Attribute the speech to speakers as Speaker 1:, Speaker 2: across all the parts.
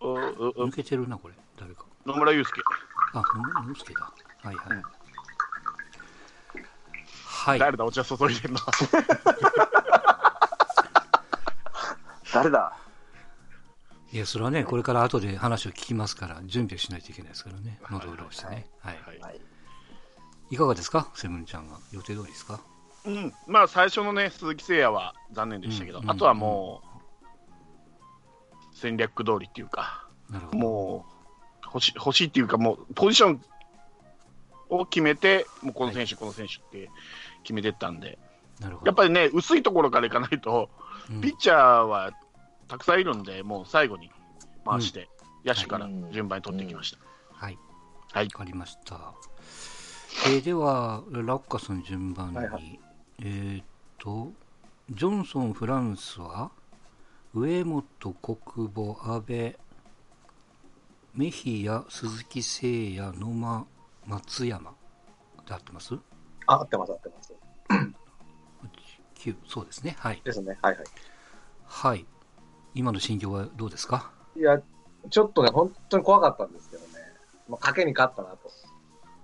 Speaker 1: う
Speaker 2: 抜けてるな、これ。誰か。
Speaker 1: 野村祐介。
Speaker 2: あ、ののすけだ。はいはい。はい。
Speaker 1: 誰だ、お茶注いでんの。
Speaker 3: 誰だ
Speaker 2: いや、それはね、これから後で話を聞きますから、準備をしないといけないですからね。喉を潤してね。はい。
Speaker 1: はい
Speaker 3: はい
Speaker 2: いかがですかセブンちゃんは。予定通りですか
Speaker 1: うん、まあ最初のね、鈴木誠也は残念でしたけど、
Speaker 2: うん
Speaker 1: あとはもう、戦略通りっていうか、
Speaker 2: なるほど。
Speaker 1: もう欲し、欲しいっていうか、もう、ポジションを決めて、もうこの選手、この選手って決めてったんで、
Speaker 2: なるほど。
Speaker 1: やっぱりね、薄いところからいかないと、
Speaker 2: うん
Speaker 1: ピッチャーはたくさんいるんで、もう最後に回して、野手から順番に取ってきました。
Speaker 2: はい。
Speaker 1: はい
Speaker 2: わかりました。えーでは、ラッカさん順番に。
Speaker 3: はいは
Speaker 2: えーっと、ジョンソン、フランスは、上本、国母、安倍、メヒヤ、鈴木誠也、野間、松山。で合ってます
Speaker 3: あ、合ってます、合ってます。
Speaker 2: ?9、そうですね。はい。
Speaker 3: ですね。はいはい。
Speaker 2: はい。今の心境はどうですか
Speaker 3: いや、ちょっとね、本当に怖かったんですけどね。まあ、賭けに勝ったなと。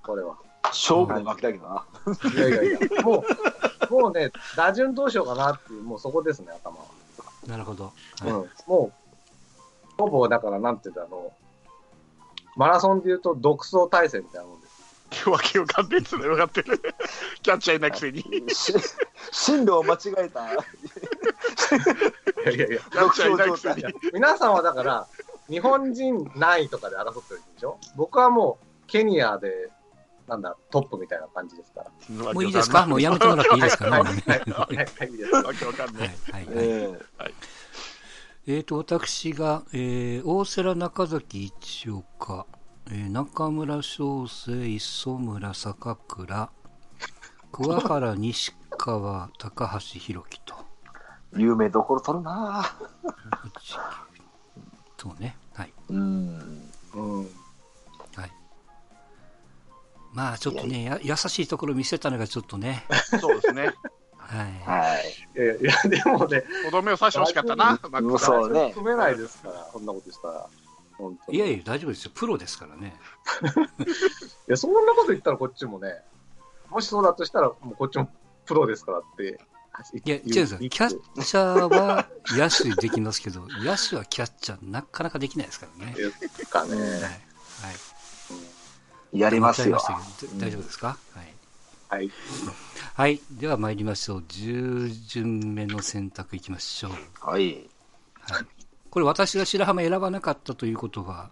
Speaker 3: これは。
Speaker 4: 勝負で負けたけどな。
Speaker 3: いやいやいや、もう、もうね、打順どうしようかなっていう、もうそこですね、頭は。
Speaker 2: なるほど。
Speaker 3: う
Speaker 2: はい
Speaker 3: ん。もう、ほぼ、だから、なんていうんだろう。マラソンで言うと、独走対戦みたいなもんです。
Speaker 1: 今日はかってつながって る。キャッチャーいないくせに。
Speaker 4: し進路を間違えた。
Speaker 3: いやいやいや。
Speaker 1: キャッチャーいないくせに。
Speaker 3: 皆さんはだから、日本人何位とかで争ってるでしょ僕はもう、ケニアで、なんだ、トップみたいな感じですから。
Speaker 2: もういいですかもうやめてもらっていいですかね。
Speaker 3: はい、
Speaker 2: もうね
Speaker 3: はい、はいはい、いいです。
Speaker 1: わけわかん
Speaker 2: は
Speaker 1: ないい。
Speaker 2: はい
Speaker 4: え
Speaker 2: はい。
Speaker 4: え
Speaker 2: えー、と、私が、えー、大瀬良中崎一岡、えー、中村翔成、磯村、坂 倉、桑原、西川、高橋宏樹と、
Speaker 4: 有名どころ取るな。
Speaker 2: そうね。はい。
Speaker 4: うん。
Speaker 3: うん。
Speaker 2: はい。まあ、ちょっとね、や優しいところ見せたのがちょっとね、
Speaker 1: そうですね。
Speaker 2: は
Speaker 4: はい。
Speaker 3: いやいや、でもね、
Speaker 1: とどめを刺してほしかったな、マックさん。
Speaker 4: そうね
Speaker 3: 組めないですから、こんなことしたら。本当
Speaker 2: い。
Speaker 3: に
Speaker 2: いやいや、大丈夫ですよ。プロですからね。
Speaker 3: いや、そんなこと言ったらこっちもね、もしそうだとしたら、もうこっちもプロですからって。
Speaker 2: いや、違うんですよ。キャッチャーは野手できますけど、野手はキャッチャーなかなかできないですからね。
Speaker 3: ですかね。
Speaker 2: はい。はい。
Speaker 4: やります
Speaker 2: や
Speaker 4: よ
Speaker 2: っ。ちゃいましたけど大丈夫ですか、はい。
Speaker 3: はい。
Speaker 2: はい。では参りましょう。10巡目の選択いきましょう。
Speaker 4: はい。
Speaker 2: はい。これ私が白浜選ばなかったということは、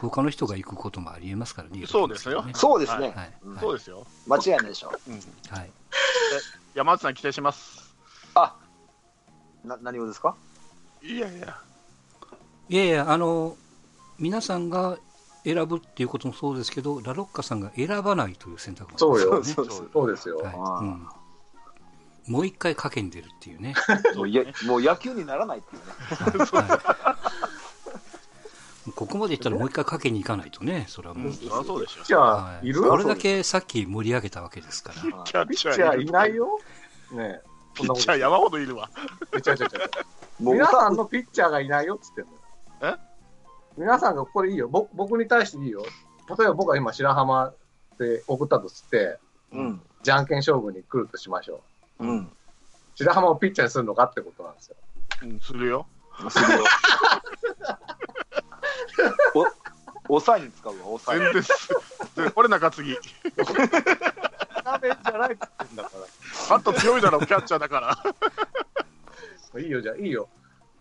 Speaker 2: 他の人が行くこともありえますからね。
Speaker 1: そうですよ
Speaker 2: はい。
Speaker 4: そうですね。
Speaker 2: はい。
Speaker 4: うん
Speaker 1: そうですよ。
Speaker 4: 間違いないでしょ。
Speaker 1: うん
Speaker 2: はい。
Speaker 1: 山内さん期待します。
Speaker 4: あ。な、何をですか。
Speaker 1: いやいや。
Speaker 2: いやいや、あの、皆さんが選ぶっていうこともそうですけど、ラロッカさんが選ばないという選択もあ
Speaker 3: そう
Speaker 2: り
Speaker 3: よ。
Speaker 2: ますか
Speaker 4: そ
Speaker 2: ら
Speaker 4: うそう
Speaker 3: そうですよ。
Speaker 2: ね。はい。うんもう一回賭けに出るってい うね。
Speaker 4: もう、や、もう野球にならないっていうね。
Speaker 2: はいここまでいったらもう一回かけに行かないとね、それはもう。
Speaker 1: そりゃそうでしょ。
Speaker 3: じゃあ
Speaker 2: は、
Speaker 3: い
Speaker 2: い、
Speaker 3: る
Speaker 2: これだけさっき盛り上げたわけですから。
Speaker 1: キャッチ
Speaker 3: じ
Speaker 1: ャ
Speaker 3: ゃあ、
Speaker 1: ー
Speaker 3: いない。よ。ねえ。
Speaker 1: ピッチャー山ほどいるわ。
Speaker 3: めちゃめち ゃめちゃ。
Speaker 4: もう
Speaker 3: 皆
Speaker 4: 歌
Speaker 3: さんのピッチャーがいないよっつってんのよ。皆さんがこれいいよ。ぼ僕に対していいよ。例えば僕は今、白浜で送ったとして、
Speaker 4: うん。
Speaker 3: じゃんけん勝負に来るとしましょう。
Speaker 4: うん。
Speaker 3: 白浜をピッチャーにするのかってことなんですよ。
Speaker 1: うん、するよ。
Speaker 4: するよ。お、抑えに使うわ、抑
Speaker 1: 全
Speaker 4: え。
Speaker 1: 然す。全然これ中継ぎ。
Speaker 3: ダメじゃないっつってんだか
Speaker 1: バット強いだろ、キャッチャーだから。
Speaker 3: ら。いいよ、じゃあ、いいよ。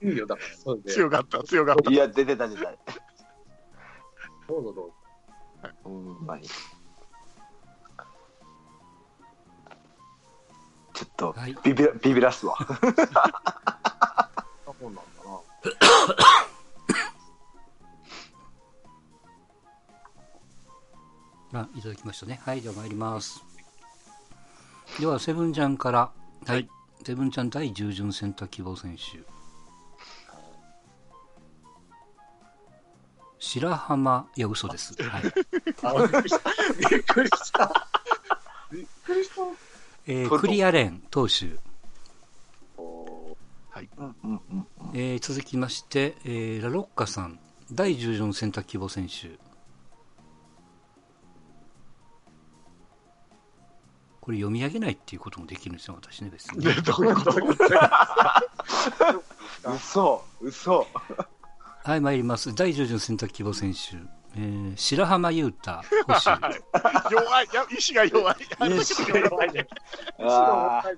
Speaker 3: いいよ、だから、それで。
Speaker 1: 強かった、強かった。
Speaker 4: いや、出てた、出てた。
Speaker 3: どうぞどうぞ。
Speaker 4: うん、まに。ちょっと
Speaker 2: はい、
Speaker 4: ビビら、ビビ らすわ。
Speaker 3: あ、そうなんだな。
Speaker 2: まあ、いただきましたね。はい、では参ります。では、セブンちゃんから。はい。セブンちゃん第10巡選択希望選手。白浜、いや、嘘です。はい。
Speaker 3: あ、びっくりした。びっくりした。びっくりした。
Speaker 2: え
Speaker 4: ト
Speaker 2: ー、
Speaker 4: ルコ
Speaker 2: クリアレン投手。
Speaker 3: おー
Speaker 4: うん、うん、うん。
Speaker 2: えー続きまして、えーラロッカさん、第14選択希望選手これ読み上げないっていうこともできるんですよ私ね別に
Speaker 1: でどういうこと
Speaker 4: 嘘嘘
Speaker 2: はい参ります第14選択希望選手、えー白浜優太捕手
Speaker 1: 弱いいや意志が弱いあの時の弱いね
Speaker 4: あ
Speaker 3: はい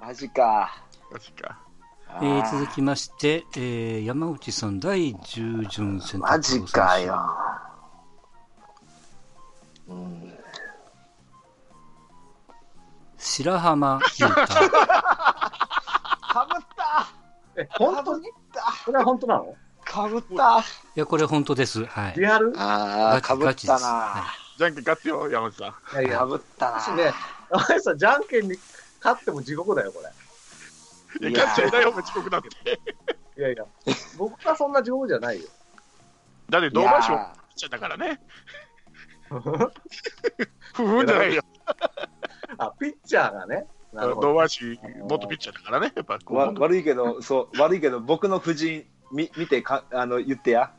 Speaker 4: ーマジか
Speaker 1: マジか
Speaker 4: あ
Speaker 2: えー続きまして、えー山内さん第14選択希望選手
Speaker 4: マジかようん
Speaker 2: 白浜優太
Speaker 4: かぶった
Speaker 3: え、本当に
Speaker 4: だ
Speaker 3: これは本当なの
Speaker 4: かぶった
Speaker 2: いや、これ本当です。はい。
Speaker 3: リアル
Speaker 4: あーかぶっ
Speaker 2: で
Speaker 4: た
Speaker 2: す。は
Speaker 4: ない
Speaker 1: じゃんけん勝つよ山内さん
Speaker 3: いやい
Speaker 4: か
Speaker 3: や、
Speaker 4: ぶった
Speaker 3: もし
Speaker 4: な
Speaker 3: ね、山内さん、じゃんけんに勝っても地獄だよ、これ。
Speaker 1: い
Speaker 4: い
Speaker 1: や
Speaker 4: やー
Speaker 1: 勝っちゃいない方が遅刻だって
Speaker 3: いやいや、僕はそんな地獄じゃないよ。
Speaker 1: だって
Speaker 4: い
Speaker 1: 同
Speaker 4: や
Speaker 1: 伴賞
Speaker 4: ー
Speaker 1: ちゃだからね不運じゃないよ
Speaker 3: あ、ピッチャーがね。なるほど。
Speaker 1: 同伴賞元ピッチャーだからねやっぱこう
Speaker 4: わ悪いけど、そう、悪いけど、僕の夫人、み見てか、あの、言ってや。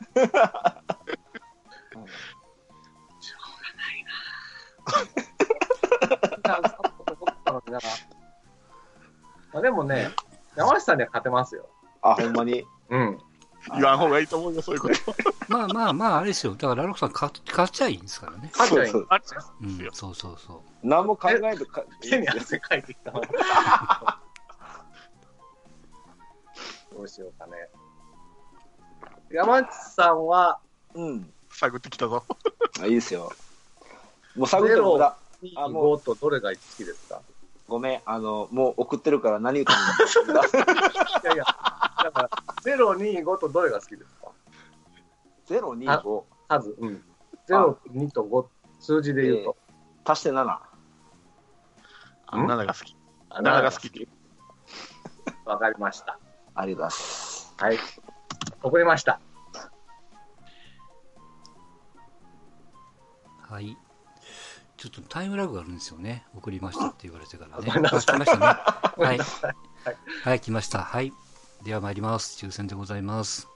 Speaker 3: まあでもね、山内さんには勝てますよ。
Speaker 4: あ、ほんまに。
Speaker 3: うん。
Speaker 1: 言わん方がいいと思うよそういうこと
Speaker 2: まあまあまあ、あれですよ。だから、ラロクさん勝、勝っちゃいいんですからね。
Speaker 3: 勝
Speaker 4: そ
Speaker 3: て
Speaker 4: う
Speaker 3: ない
Speaker 4: そう。
Speaker 1: あ
Speaker 2: うん、そうそうそ
Speaker 4: 何も考えずか、
Speaker 3: 手に 汗かいてきたわどうしようかね。山内さんは、
Speaker 4: うん。
Speaker 1: 探ってきたぞ
Speaker 4: あいいですよ。もう探っても無駄。あも
Speaker 3: 5とどれが好きですか
Speaker 4: ごめん、あの、もう送ってるから何歌うの
Speaker 3: いやいや、だから、0、2、5とどれが好きですか
Speaker 4: ゼロ、二、五、
Speaker 3: 数。うん。0、2と5、数字で言うと。
Speaker 4: 足して七。
Speaker 1: 7が好き
Speaker 3: あ
Speaker 1: 7が好きって
Speaker 3: わかりました。
Speaker 4: ありがとうございます。
Speaker 3: はい。送りました。
Speaker 2: う。はい。ちょっとタイムラグがあるんですよね。送りましたって言われてからね。
Speaker 3: ごめんな
Speaker 2: あ、
Speaker 3: さ
Speaker 2: 来
Speaker 3: い
Speaker 2: ましたね。 はい。はい、来ました。はい。では参ります。抽選でございます。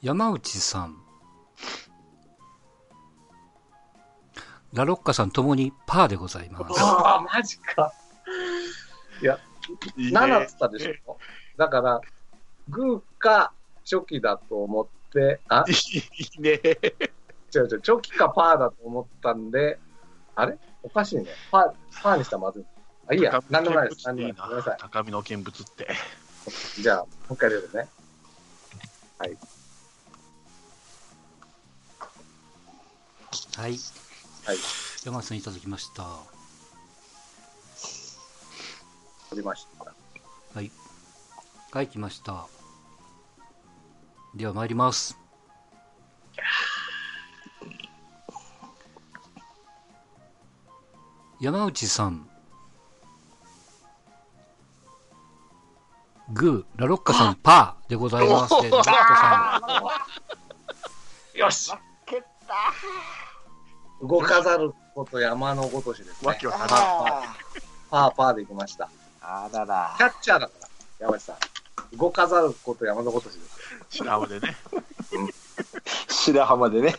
Speaker 2: 山内さん。ラロッカさんともにパーでございます。
Speaker 3: ああ、マジか。
Speaker 1: いいね
Speaker 3: 7っつったでしょ。だから、グーかチョキだと思って、あ、
Speaker 1: いいね
Speaker 3: 違う違う、チョキかパーだと思ったんで、あれおかしいね。パー、パーにしたらまずい。あ、いいや、なんでもないです。なんでもないです。ごめんなさ
Speaker 1: 高みの見物って
Speaker 3: い。じゃあ、もう一回出るね。
Speaker 2: はい。
Speaker 3: はい。
Speaker 2: 山内さんいただきました。
Speaker 3: 取りました。
Speaker 2: はい、来ました。では参ります。山内さん。グー、ラロッカさん、パーでございます。でラロッカさ
Speaker 3: よし
Speaker 4: けた
Speaker 3: 動かざること山のごとしです
Speaker 1: わ
Speaker 3: ね
Speaker 1: け。わからん
Speaker 4: あ
Speaker 3: パーパーでいきました。
Speaker 4: ーあらら
Speaker 3: キ。ャッチャーだから、山内さん。動かざること山のごとしです。
Speaker 1: 白浜でね
Speaker 4: 白浜でね。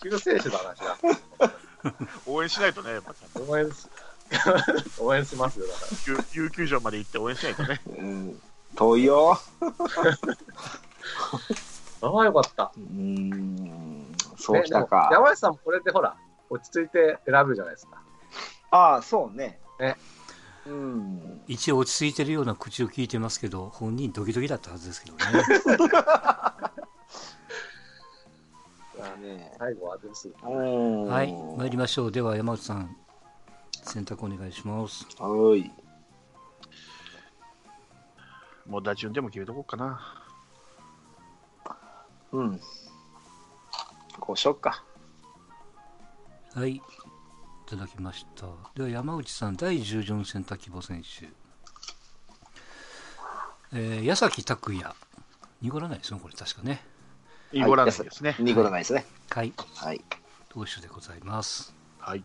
Speaker 3: 救世主だな、じゃ
Speaker 1: 応援しないとねやっぱ
Speaker 3: あ応援す、 応援しますよ、だか
Speaker 1: 有有給場まで行って応援しないとね
Speaker 4: うん。遠いよ。
Speaker 3: ら。ああ、よかった。
Speaker 4: うーん。そうきた
Speaker 3: ねでも
Speaker 4: か。
Speaker 3: 山内さんもこれでほら、落ち着いて選ぶじゃないですか。
Speaker 4: ああ、そうね。
Speaker 3: ね。
Speaker 4: うん。
Speaker 2: ん。一応落ち着いてるような口を聞いてますけど、本人ドキドキだったはずですけどね。
Speaker 4: だね。
Speaker 3: 最後はどうする
Speaker 4: は
Speaker 2: はい、参りましょう。では山内さん、選択お願いします。
Speaker 4: はーい。
Speaker 1: もう打順でも決めとこうかな
Speaker 4: うん。こうしよっか。
Speaker 2: はい。いただきました。では山内さん、第14選択希望選手。えー、矢崎拓也。濁らないですね、これ確かね。
Speaker 1: インゴランドですね
Speaker 4: ニコラないですね。
Speaker 2: はい。
Speaker 4: はい。
Speaker 2: 投手でございます。
Speaker 1: はい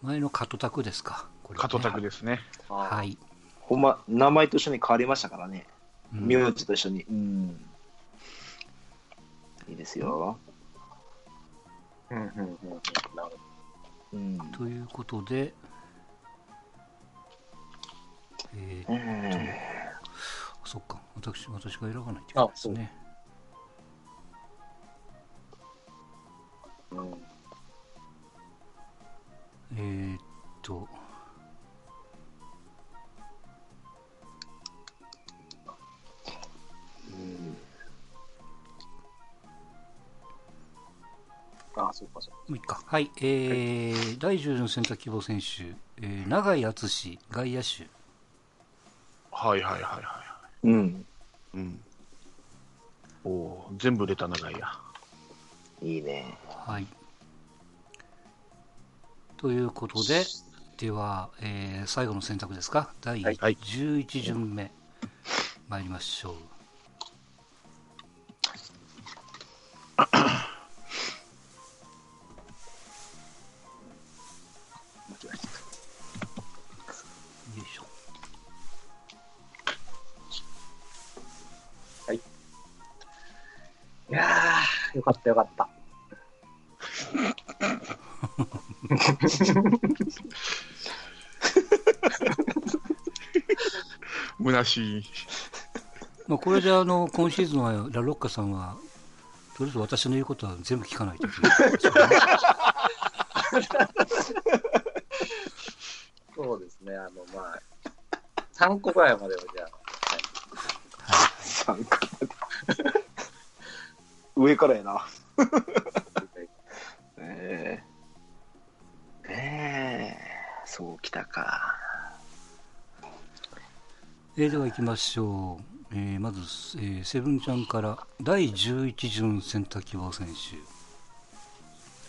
Speaker 2: 前の加藤拓ですか。これね
Speaker 1: 加藤拓ですね
Speaker 3: あ
Speaker 2: はい。
Speaker 4: ほんま、名前と一緒に変わりましたからね。
Speaker 2: うん
Speaker 4: 名字と一緒に。うん。いいですよ。
Speaker 3: うんうんうんうん。なるほど
Speaker 4: うん。
Speaker 2: ということで、えー
Speaker 4: え
Speaker 2: そっか、私、私が選ばないといけないですね。
Speaker 3: うん
Speaker 2: えー、っと、
Speaker 4: ーうん
Speaker 3: ああ、そうか、そうか。
Speaker 2: もういいか。はい、えー第10の選択希望選手、えー、永井敦外野手。
Speaker 1: はいはいはいは
Speaker 4: うん。
Speaker 1: い。うん。おおー、全部出た長いや。
Speaker 4: いいね。
Speaker 2: はい。ということで、では、えー最後の選択ですか。第
Speaker 1: はいはい
Speaker 2: 11巡目、参りましょう。よいしょ。
Speaker 3: いやー、よかった、よかった。
Speaker 1: 虚しい。
Speaker 2: まあ、これであの今シーズンはラロッカさんは、とりあえず私の言うことは全部聞か ないという
Speaker 3: そうですね、あの、まあ、3個ぐらいまでは、じゃあ、
Speaker 4: 三個上からやな。ええええそうきたか。
Speaker 2: えーでは行きましょう、えーまず、えーセブンちゃんから第11巡選択希望選手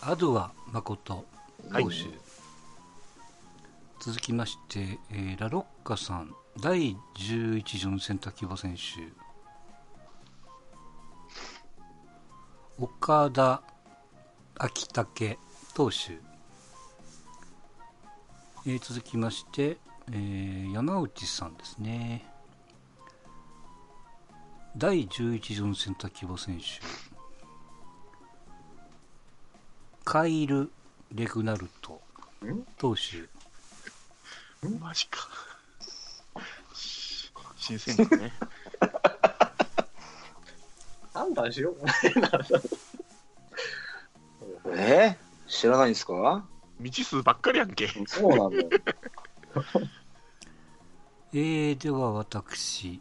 Speaker 2: アドワ誠
Speaker 1: はい
Speaker 2: 投手、続きまして、えーラロッカさん第11巡選択希望選手岡田秋武投手、えー続きまして、えー山内さんですね第11巡選択希望選手カイル・レグナルト
Speaker 3: ん
Speaker 2: 投手
Speaker 1: マジか。新鮮ですね。
Speaker 3: 判断しようか な。
Speaker 4: ええ知らないんですか
Speaker 1: 未知数ばっかりやんけ。
Speaker 3: そうなんだよ。
Speaker 2: えー、では私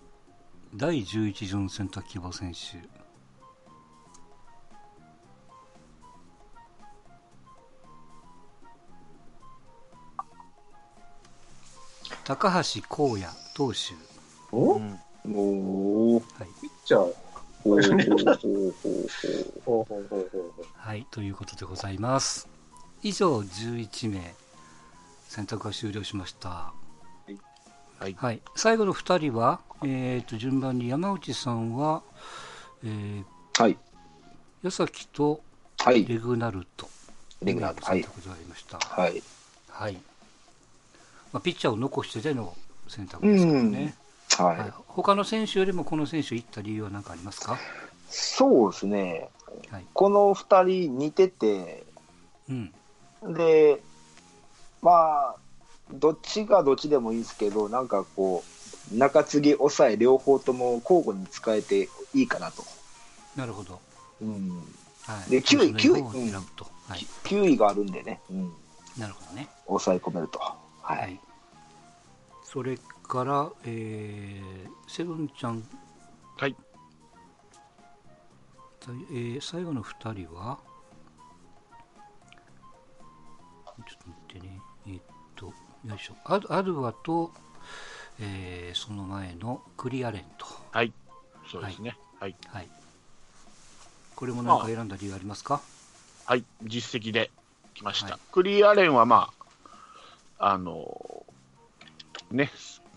Speaker 2: 第11巡選択希望選手高橋光也投手、
Speaker 1: う
Speaker 3: お
Speaker 1: ん、
Speaker 4: おお。
Speaker 2: はい
Speaker 3: じゃあ、ほ
Speaker 4: お
Speaker 3: うほうほうほうほう。
Speaker 2: はい、ということでございます。以上11名選択が終了しました。
Speaker 1: はい
Speaker 2: はい、最後の2人は、えー、と順番に山内さんは、えー、
Speaker 4: はい。
Speaker 2: 矢崎と
Speaker 4: はい。
Speaker 2: レグナルト
Speaker 4: レグナーは
Speaker 2: 選
Speaker 4: い。
Speaker 2: 択となりました。
Speaker 4: はい。
Speaker 2: はい。まあ、ピッチャーを残してでの選択ですけどね。はい
Speaker 4: は、
Speaker 2: 他の選手よりもこの選手をいった理由は何かありますか？
Speaker 4: い。そうですね。
Speaker 2: はい。
Speaker 4: この二人似てて、
Speaker 2: うん。
Speaker 4: で、まあ、どっちがどっちでもいいんですけど、なんかこう、中継ぎ、抑え、両方とも交互に使えていいかなと。
Speaker 2: なるほど。
Speaker 4: うん、
Speaker 2: はい。
Speaker 4: で九位
Speaker 2: その方を選ぶと。はい。
Speaker 4: 9位があるんでね、うん、
Speaker 2: なるほどね。
Speaker 4: 抑え込めると。はい。
Speaker 2: はい、それから、えーセブンちゃん、
Speaker 1: はい。
Speaker 2: さいえー最後の2人はちょっと待ってねえーっとよいしょアルアルワと、えーその前のクリアレンと、
Speaker 1: そうですね。はい。
Speaker 2: はい、これも何か選んだ理由ありますか
Speaker 1: はい。実績で来ました。
Speaker 2: はい
Speaker 1: クリアレンはまあ、あのーね、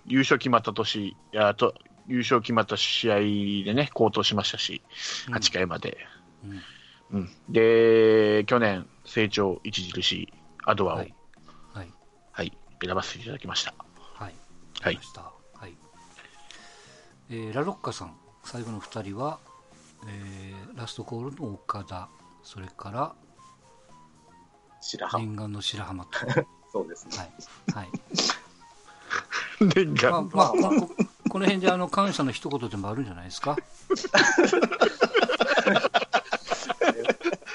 Speaker 1: 優勝決まった年、あと、優勝決まった試合でね、好投しましたし、
Speaker 2: うん
Speaker 1: 8回まで。
Speaker 2: うん
Speaker 1: うん。で、去年、成長著しいアドワを、
Speaker 2: は
Speaker 1: はいい、
Speaker 2: はい
Speaker 1: 選ばせていただきました。
Speaker 2: はい
Speaker 1: は
Speaker 2: はいいま。した。はい。えーラロッカさん最後の2人は、えーラストコールの岡田それから
Speaker 3: 白浜。
Speaker 2: 念願の白浜と、
Speaker 3: そうですね。
Speaker 2: はい
Speaker 1: 念
Speaker 2: まあ
Speaker 1: 願。
Speaker 2: まあ、まあここの辺であの感謝の一言でもあるんじゃないですか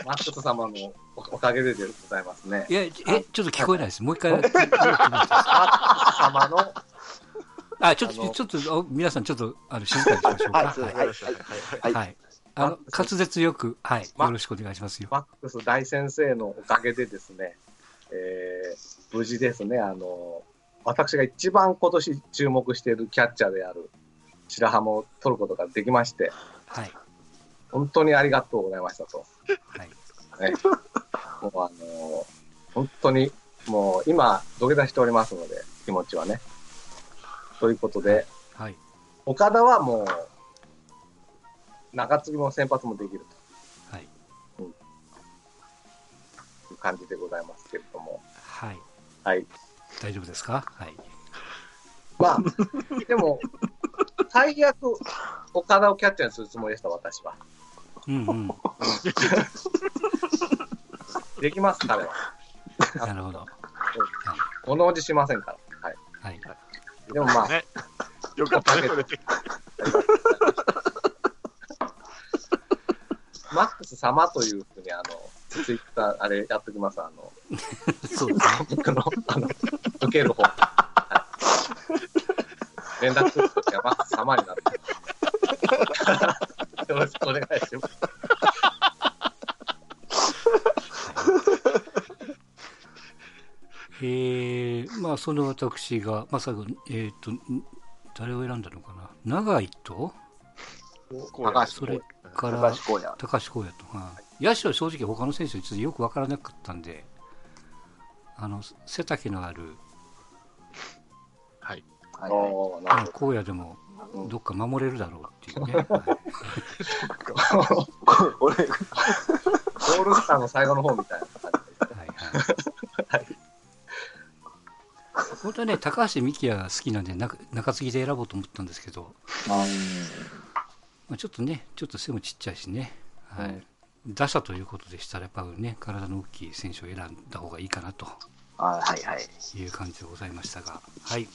Speaker 3: マット様のおおかげででございますね
Speaker 2: い。やえちょっと聞こえないですもう一回
Speaker 3: 様の、
Speaker 2: あちょっと
Speaker 4: あの
Speaker 2: ちょっとあ皆さんちょっとあの静かにしましょう
Speaker 4: はい
Speaker 2: か
Speaker 4: すいません
Speaker 1: はいはいはい
Speaker 4: はい
Speaker 2: はいあの滑舌よくはい
Speaker 3: ま
Speaker 2: よろしくお願いしますよ
Speaker 3: マックス大先生のおかげでですね、えー無事ですね、あの、私が一番今年注目しているキャッチャーである白浜を取ることができまして、
Speaker 2: はい
Speaker 3: 本当にありがとうございましたと。
Speaker 2: はい
Speaker 3: ね、もうあの本当に、もう今、土下座しておりますので、気持ちはね。ということで、
Speaker 2: はい
Speaker 3: 岡田はもう、中継ぎも先発もできる
Speaker 2: はい
Speaker 3: という感じでございますけれども。
Speaker 2: はい
Speaker 3: はい。
Speaker 2: 大丈夫ですかはい
Speaker 3: まあ、 でも、最悪、岡田をキャッチャーにするつもりでした、私は。
Speaker 2: うん うん
Speaker 3: できます、彼は。
Speaker 2: なるほど
Speaker 3: 物おじしませんから。はい。
Speaker 2: はい
Speaker 3: でも まあ、
Speaker 1: ね、よかったね、それで。
Speaker 3: マックス様というふうに、あの、ツイッター、あれやっときます、あの、
Speaker 2: そうですね
Speaker 3: 僕の、あの、受ける方。はい、連絡するときは、マックス様になって。よろしくお願いします。
Speaker 2: えー、まあその私が、まあ、最後えっ、とん誰を選んだのかな長井と
Speaker 3: 高
Speaker 2: それ
Speaker 3: 橋
Speaker 2: から
Speaker 4: 高橋光也。
Speaker 2: 高橋光也と、はい、野手は正直他の選手についてよく分からなかったんであの背丈のある
Speaker 1: はい。
Speaker 4: はい
Speaker 3: 君。
Speaker 4: はい
Speaker 3: おー
Speaker 2: あ
Speaker 3: な
Speaker 2: の
Speaker 3: る
Speaker 2: 荒野でも
Speaker 3: ほど
Speaker 2: どっか守れるだろうっていう ね、はい
Speaker 4: 俺、
Speaker 3: オールスターの最後の方みたいな感じで。
Speaker 2: はいはい。本当はね、高橋美希也が好きなんで、中中継ぎで選ぼうと思ったんですけど、まあ、ちょっとね、ちょっと背もちっちゃいしね、はい
Speaker 4: うん
Speaker 2: 打者ということでしたら、やっぱね、体の大きい選手を選んだ方がいいかなと
Speaker 4: あはいはい。
Speaker 2: いう感じでございましたが、はい、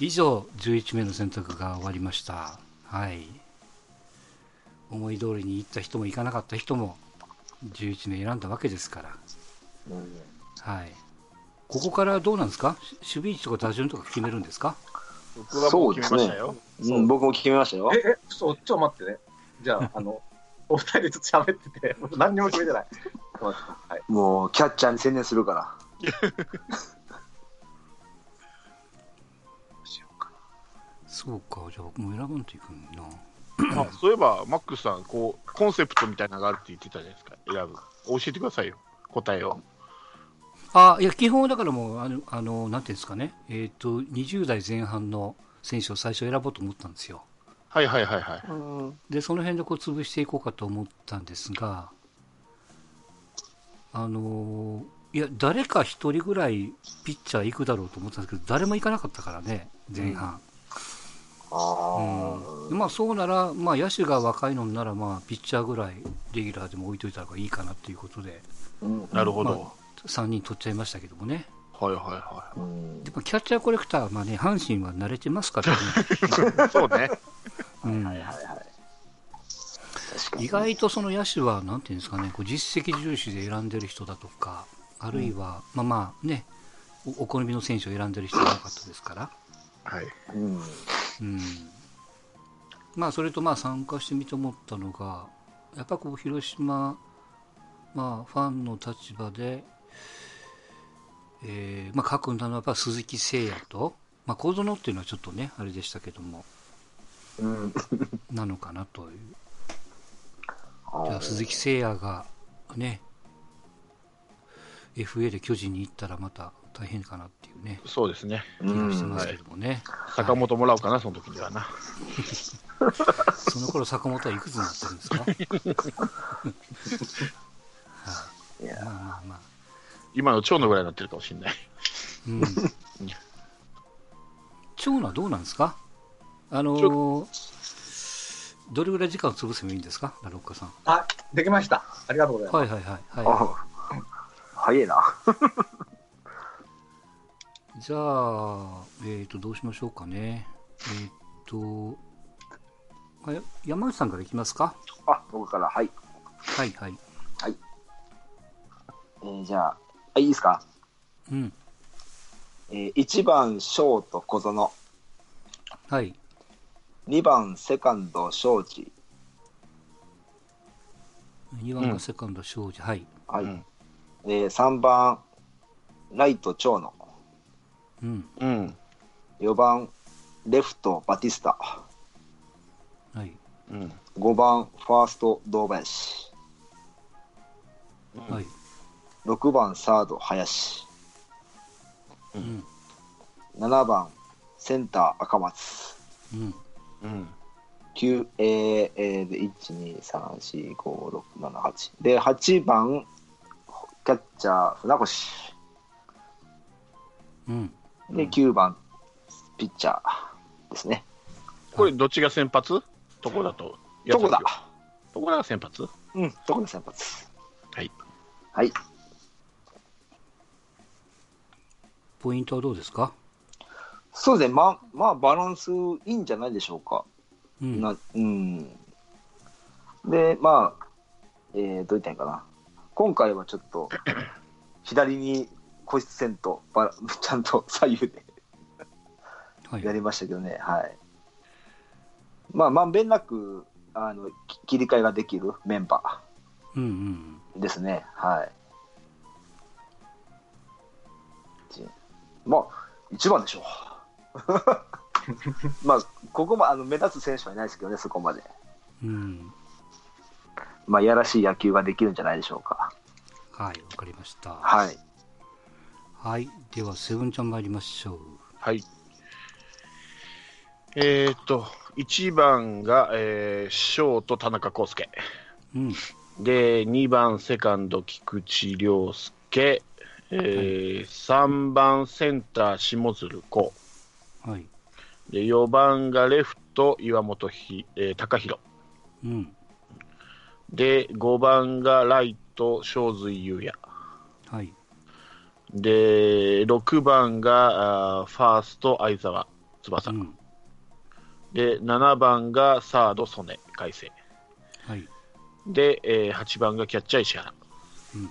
Speaker 2: 以上、11名の選択が終わりました。はい思い通りに行った人も行かなかった人も11名選んだわけですから、
Speaker 4: うん
Speaker 2: はい。ここからどうなんですかし守備位置とか打順とか決めるんですか
Speaker 1: 僕はもう決めましたよ。
Speaker 4: うん、僕も聞きましたよ。
Speaker 3: え、え、ちょっと待ってね。じゃあ、あの、お二人と喋ってて、僕何にも決めてない。ちょっと待ってはい。
Speaker 4: もう、キャッチャーに専念するから。
Speaker 3: どうしようか
Speaker 2: そうか、じゃあ僕も選ばんといくんな。
Speaker 1: あそういえば、マックスさん、こう、コンセプトみたいなのがあるって言ってたじゃないですか。選ぶ。教えてくださいよ。答えを。
Speaker 2: あ、いや、基本はだからもう、あの、あのなんていうんですかね、えっ、と、20代前半の選手を最初選ぼうと思ったんですよ。
Speaker 1: はいはいはいはい。
Speaker 2: で、その辺でこう潰していこうかと思ったんですが、あのいや、誰か一人ぐらいピッチャー行くだろうと思ったんですけど、誰も行かなかったからね、前半。
Speaker 4: あ
Speaker 2: うんまあそうなら、まあ、野手が若いのなら、まあ、ピッチャーぐらいレギュラーでも置いといた方がいいかなということで
Speaker 4: うん
Speaker 1: なるほど。
Speaker 2: ま3人取っちゃいましたけどもね
Speaker 1: はいはいは
Speaker 4: うん
Speaker 2: でもキャッチャーコレクター、まあね、阪神は慣れてますからね、
Speaker 1: い。そうね。
Speaker 2: うん
Speaker 4: はいはいはい。確かに。
Speaker 2: 意外とその野手はなんていうんですかねこう実績重視で選んでる人だとかあるいは、まあまあねおお好みの選手を選んでる人が多かったですから。
Speaker 1: はい。
Speaker 4: うん。
Speaker 2: うんまあそれとまあ参加してみて思ったのがやっぱこう広島、まあ、ファンの立場で、えーまあ、書くんだのはやっぱ鈴木誠也と、まあ、小園っていうのはちょっとねあれでしたけども
Speaker 4: うん。
Speaker 2: なのかなという
Speaker 4: あ
Speaker 2: じゃあ鈴木誠也がね FA で巨人に行ったらまた大変かなっていうね
Speaker 1: そうですね。
Speaker 2: 気がして
Speaker 4: うん
Speaker 2: ますけどもね、
Speaker 1: 坂本もらおうかな、その時にはな。
Speaker 2: その頃坂本はいくつになってるんですかはい
Speaker 4: いや
Speaker 2: まあまあまあ
Speaker 1: 今の蝶のぐらいになってるかもし れない。
Speaker 2: うん長男はどうなんですかあのーどれぐらい時間を潰せばいいんですか、ラロッカさん。
Speaker 3: あ、できました。ありがとうございます。
Speaker 2: はいはいはい、は
Speaker 4: あ早いな。
Speaker 2: い。じゃあ、えっ、と、どうしましょうかね。えっ、と、あや山内さんからいきますか。
Speaker 4: あ、僕から、はい。
Speaker 2: はいはい。
Speaker 4: えーじゃあ、あいいですか
Speaker 2: うん。
Speaker 4: えー、1番ショート小園
Speaker 2: はい。
Speaker 4: 2番セカンド庄司、
Speaker 2: 2番がセカンド、庄司。はい。
Speaker 4: はい
Speaker 1: うん
Speaker 4: えー、3番ライト長野
Speaker 2: うん。
Speaker 1: うん。
Speaker 4: 4番レフトバティスタ
Speaker 2: はい。
Speaker 1: うん。
Speaker 4: 5番ファースト堂林
Speaker 2: はい。
Speaker 4: 6番サード林
Speaker 2: うん。
Speaker 4: 7番センター赤松
Speaker 2: うん。
Speaker 1: うん。
Speaker 4: 9えーえー、で1234567で8番キャッチャー船越
Speaker 2: うん。
Speaker 4: で9番ピッチャーですね。
Speaker 1: これ、どっちが先発とこだと。
Speaker 4: どこだ
Speaker 1: とこだが先発
Speaker 4: うん、どこだ先発。
Speaker 1: はい。
Speaker 4: はい。
Speaker 2: ポイントはどうですか
Speaker 4: そうですね、まあ、まあ、バランスいいんじゃないでしょうか。
Speaker 2: うん。
Speaker 4: なうん。で、まあ、えー、どう言ったらいいんかな。今回はちょっ と、左に固執せんと、ば ちゃんと左右で
Speaker 2: はい
Speaker 4: や。りましたけどね、はい。まあ、まんべんなく、あの、き切り替えができるメンバ
Speaker 2: うんうん。
Speaker 4: ーですね、はい。じまあ、一番でしょう。 まあ、ここもあの目立つ選手はいないですけどね、そこまで。
Speaker 2: うん。
Speaker 4: まあ、やらしい野球ができるんじゃないでしょうか。
Speaker 2: はい。わかりました。
Speaker 4: はい。
Speaker 2: はい。では、セブンちゃん参りましょう。
Speaker 1: はい。えーっと、1番が、えーショート、田中康介。
Speaker 2: うん。
Speaker 1: で、2番、セカンド、菊池涼介。えー3番、センター、下鶴子。
Speaker 2: はい。
Speaker 1: で、4番がレフト、岩本ひ、えー、高弘。
Speaker 2: うん。
Speaker 1: で、5番がライト、正髄優也。
Speaker 2: はい。
Speaker 1: で、6番があーファースト、相澤
Speaker 2: う
Speaker 1: 翼。
Speaker 2: ん。
Speaker 1: で、7番がサード、曽根海星。
Speaker 2: はい。
Speaker 1: で、えー8番がキャッチャー、石原。
Speaker 2: うん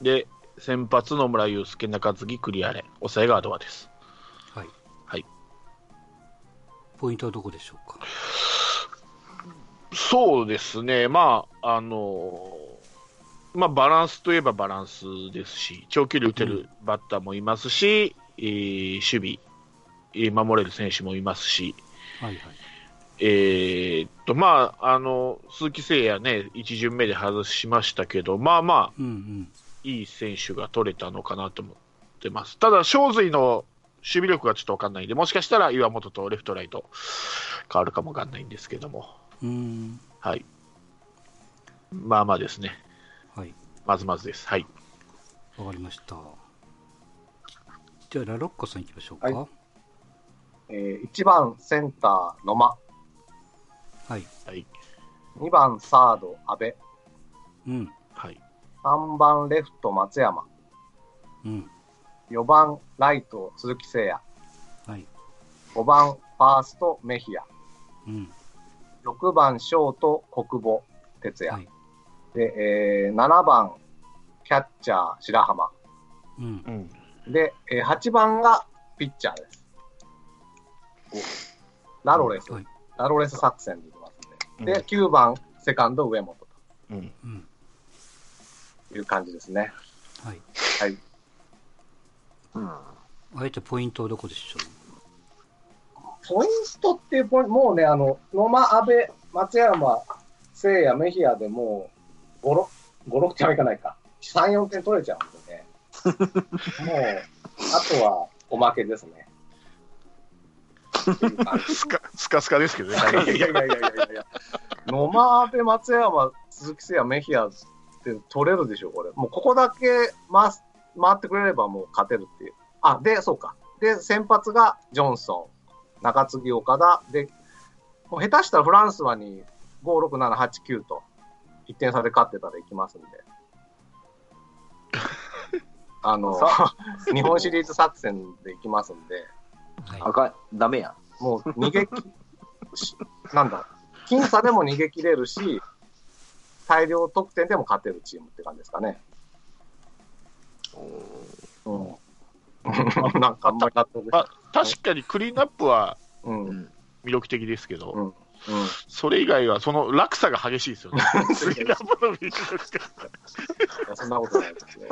Speaker 1: で、先発、野村祐介、中継ぎ、栗原。抑えがアドバです。
Speaker 2: はい。
Speaker 1: はい。
Speaker 2: ポイントはどこでしょうか
Speaker 1: そうですね、まあ、あのーまあ、バランスといえばバランスですし、長距離打てるバッターもいますし、えー守備、えー守れる選手もいますし、
Speaker 2: はいはい。
Speaker 1: えーっと、まあ、あの、鈴木誠也ね、1巡目で外しましたけど、まあまあ、
Speaker 2: うん
Speaker 1: いい選手が取れたのかなと思ってます。ただ、正髄の守備力がちょっとわかんないんで、もしかしたら岩本とレフトライト変わるかもわかんないんですけども、
Speaker 2: うん。うん。
Speaker 1: はい。まあまあですね。
Speaker 2: はい。
Speaker 1: まずまずです。はい。
Speaker 2: わかりました。じゃあ、ラロッカさん行きましょう
Speaker 3: は
Speaker 2: か。
Speaker 3: えー1番センター野間、
Speaker 2: はい。
Speaker 1: はい。
Speaker 3: 2番サード阿部、
Speaker 2: うん。
Speaker 1: はい。
Speaker 3: 3番レフト松山、
Speaker 2: うん。
Speaker 3: 4番ライト鈴木誠也、
Speaker 2: はい。
Speaker 3: 5番ファーストメヒア、
Speaker 2: うん。
Speaker 3: 6番ショート国保哲也、
Speaker 2: はい。
Speaker 3: で、えー7番キャッチャー白浜、
Speaker 2: うん
Speaker 1: う。ん。
Speaker 3: で、えー8番がピッチャーです。ラロレス、
Speaker 2: はい。
Speaker 3: ラロレス作戦でいきますんで。
Speaker 1: うん
Speaker 3: で、9番セカンド上本
Speaker 1: うん。
Speaker 2: うん。
Speaker 3: という感じですね。
Speaker 2: はい。
Speaker 3: はい。
Speaker 4: うん。
Speaker 2: あえてポイントはどこでしょ
Speaker 3: ポイントっていうポイント、もうね、あの、野間、安倍、松山、聖夜、メヒアでもう、5、6、6点はいかないか。3、4点取れちゃうんでね。もう、あとは、おまけですね。っていう感じ
Speaker 1: スカ、スカスカですけどね。
Speaker 3: いやいやいやいやいや、野間、安倍、松山、鈴木誠也、メヒアって取れるでしょ、これ。もうここだけ回す回ってくれればもう勝てるっていう。あ、で、そうか。で、先発がジョンソン、中継ぎ岡田、で、もう下手したらフランスはに5、6、7、8、9と1点差で勝ってたらいきますん で。あの、
Speaker 4: さ
Speaker 3: 日本シリーズ作戦でいきますんで、
Speaker 4: あ
Speaker 2: は
Speaker 4: かん、ダメや。
Speaker 3: もう逃げき、しなんだ、僅差でも逃げ切れるし、大量得点でも勝てるチームって感じですかね。うん。 なんかあんまり納得し
Speaker 1: あ確かにクリーンアップは
Speaker 3: うん。うん。
Speaker 1: 魅力的ですけど、
Speaker 3: うん。
Speaker 1: それ以外はその落差が激しいですよね。クリーンアップの魅力が。
Speaker 3: いやそんなことないですね。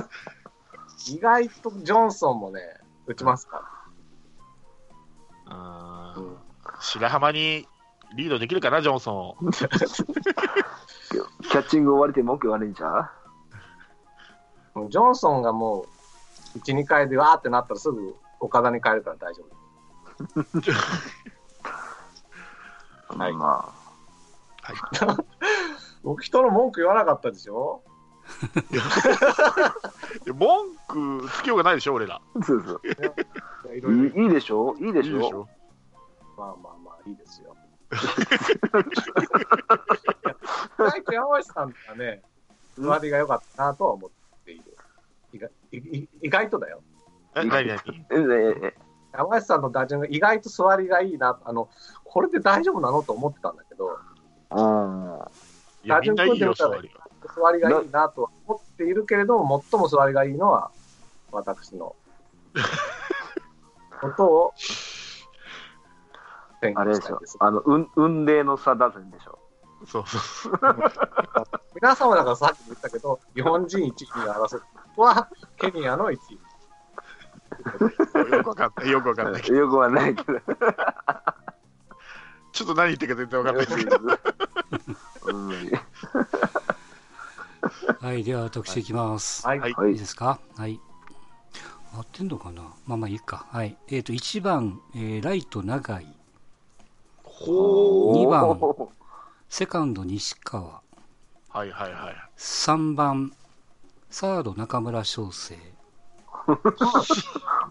Speaker 3: 意外とジョンソンもね、打ちますか
Speaker 1: あ
Speaker 3: ら。
Speaker 1: ー
Speaker 3: うん
Speaker 1: 白浜にリードできるかな、ジョンソンを。
Speaker 4: キャッチング終わりて文句言われんじゃん
Speaker 3: もうジョンソンがもう、1、2回でわーってなったらすぐ岡田に変えるから大丈夫。
Speaker 4: はい。ま
Speaker 3: 僕、人の文句言わなかったでしょ
Speaker 1: 文句つけようがないでしょ、俺ら。
Speaker 4: あ、そうそう。
Speaker 3: いやいろいろ
Speaker 4: いいいでしょいいでし
Speaker 1: いいでし
Speaker 4: ょ
Speaker 1: ょ
Speaker 3: まあまあまあ、いいですよ。いや意外と山内さんがね、
Speaker 4: うん
Speaker 3: 上手が良かったなとは思っている。意外いい意外とだよ。
Speaker 1: え何何
Speaker 4: えええ
Speaker 3: 山内さんの打順が意外と座りがいいな、あの、これで大丈夫なのと思ってたんだけど、
Speaker 4: うん。
Speaker 1: いや、みんないいよ、
Speaker 3: 打順組んでるから
Speaker 1: 座りは
Speaker 3: 座りがいいなとは思っているけれども、最も座りがいいのは、私 のことを、宣
Speaker 4: あれで
Speaker 3: 言し
Speaker 4: した
Speaker 3: い
Speaker 4: ょ
Speaker 3: です。
Speaker 4: あの、うん、運命の差だぜんでしょ
Speaker 1: そうそうそう。
Speaker 3: 皆さんもだからさっきも言ったけど、日本人1位に争うのは、ケニアの1位。
Speaker 1: よくわかんない。よくわかんない。
Speaker 4: よくはないけど。
Speaker 1: ちょっと何言ってるか全然わかんないですけど。
Speaker 4: うん
Speaker 2: い、はい、では私いきます、、
Speaker 3: はい。
Speaker 1: はい
Speaker 4: はい
Speaker 2: い
Speaker 4: い。
Speaker 2: ですかはい合ってんのかなまあまあいいかはいえっ、と1番、えーライト永井
Speaker 1: ほ
Speaker 2: ー
Speaker 1: う。
Speaker 2: 二番セカンド西川
Speaker 1: はいはいはい。
Speaker 2: 3番サード中村翔成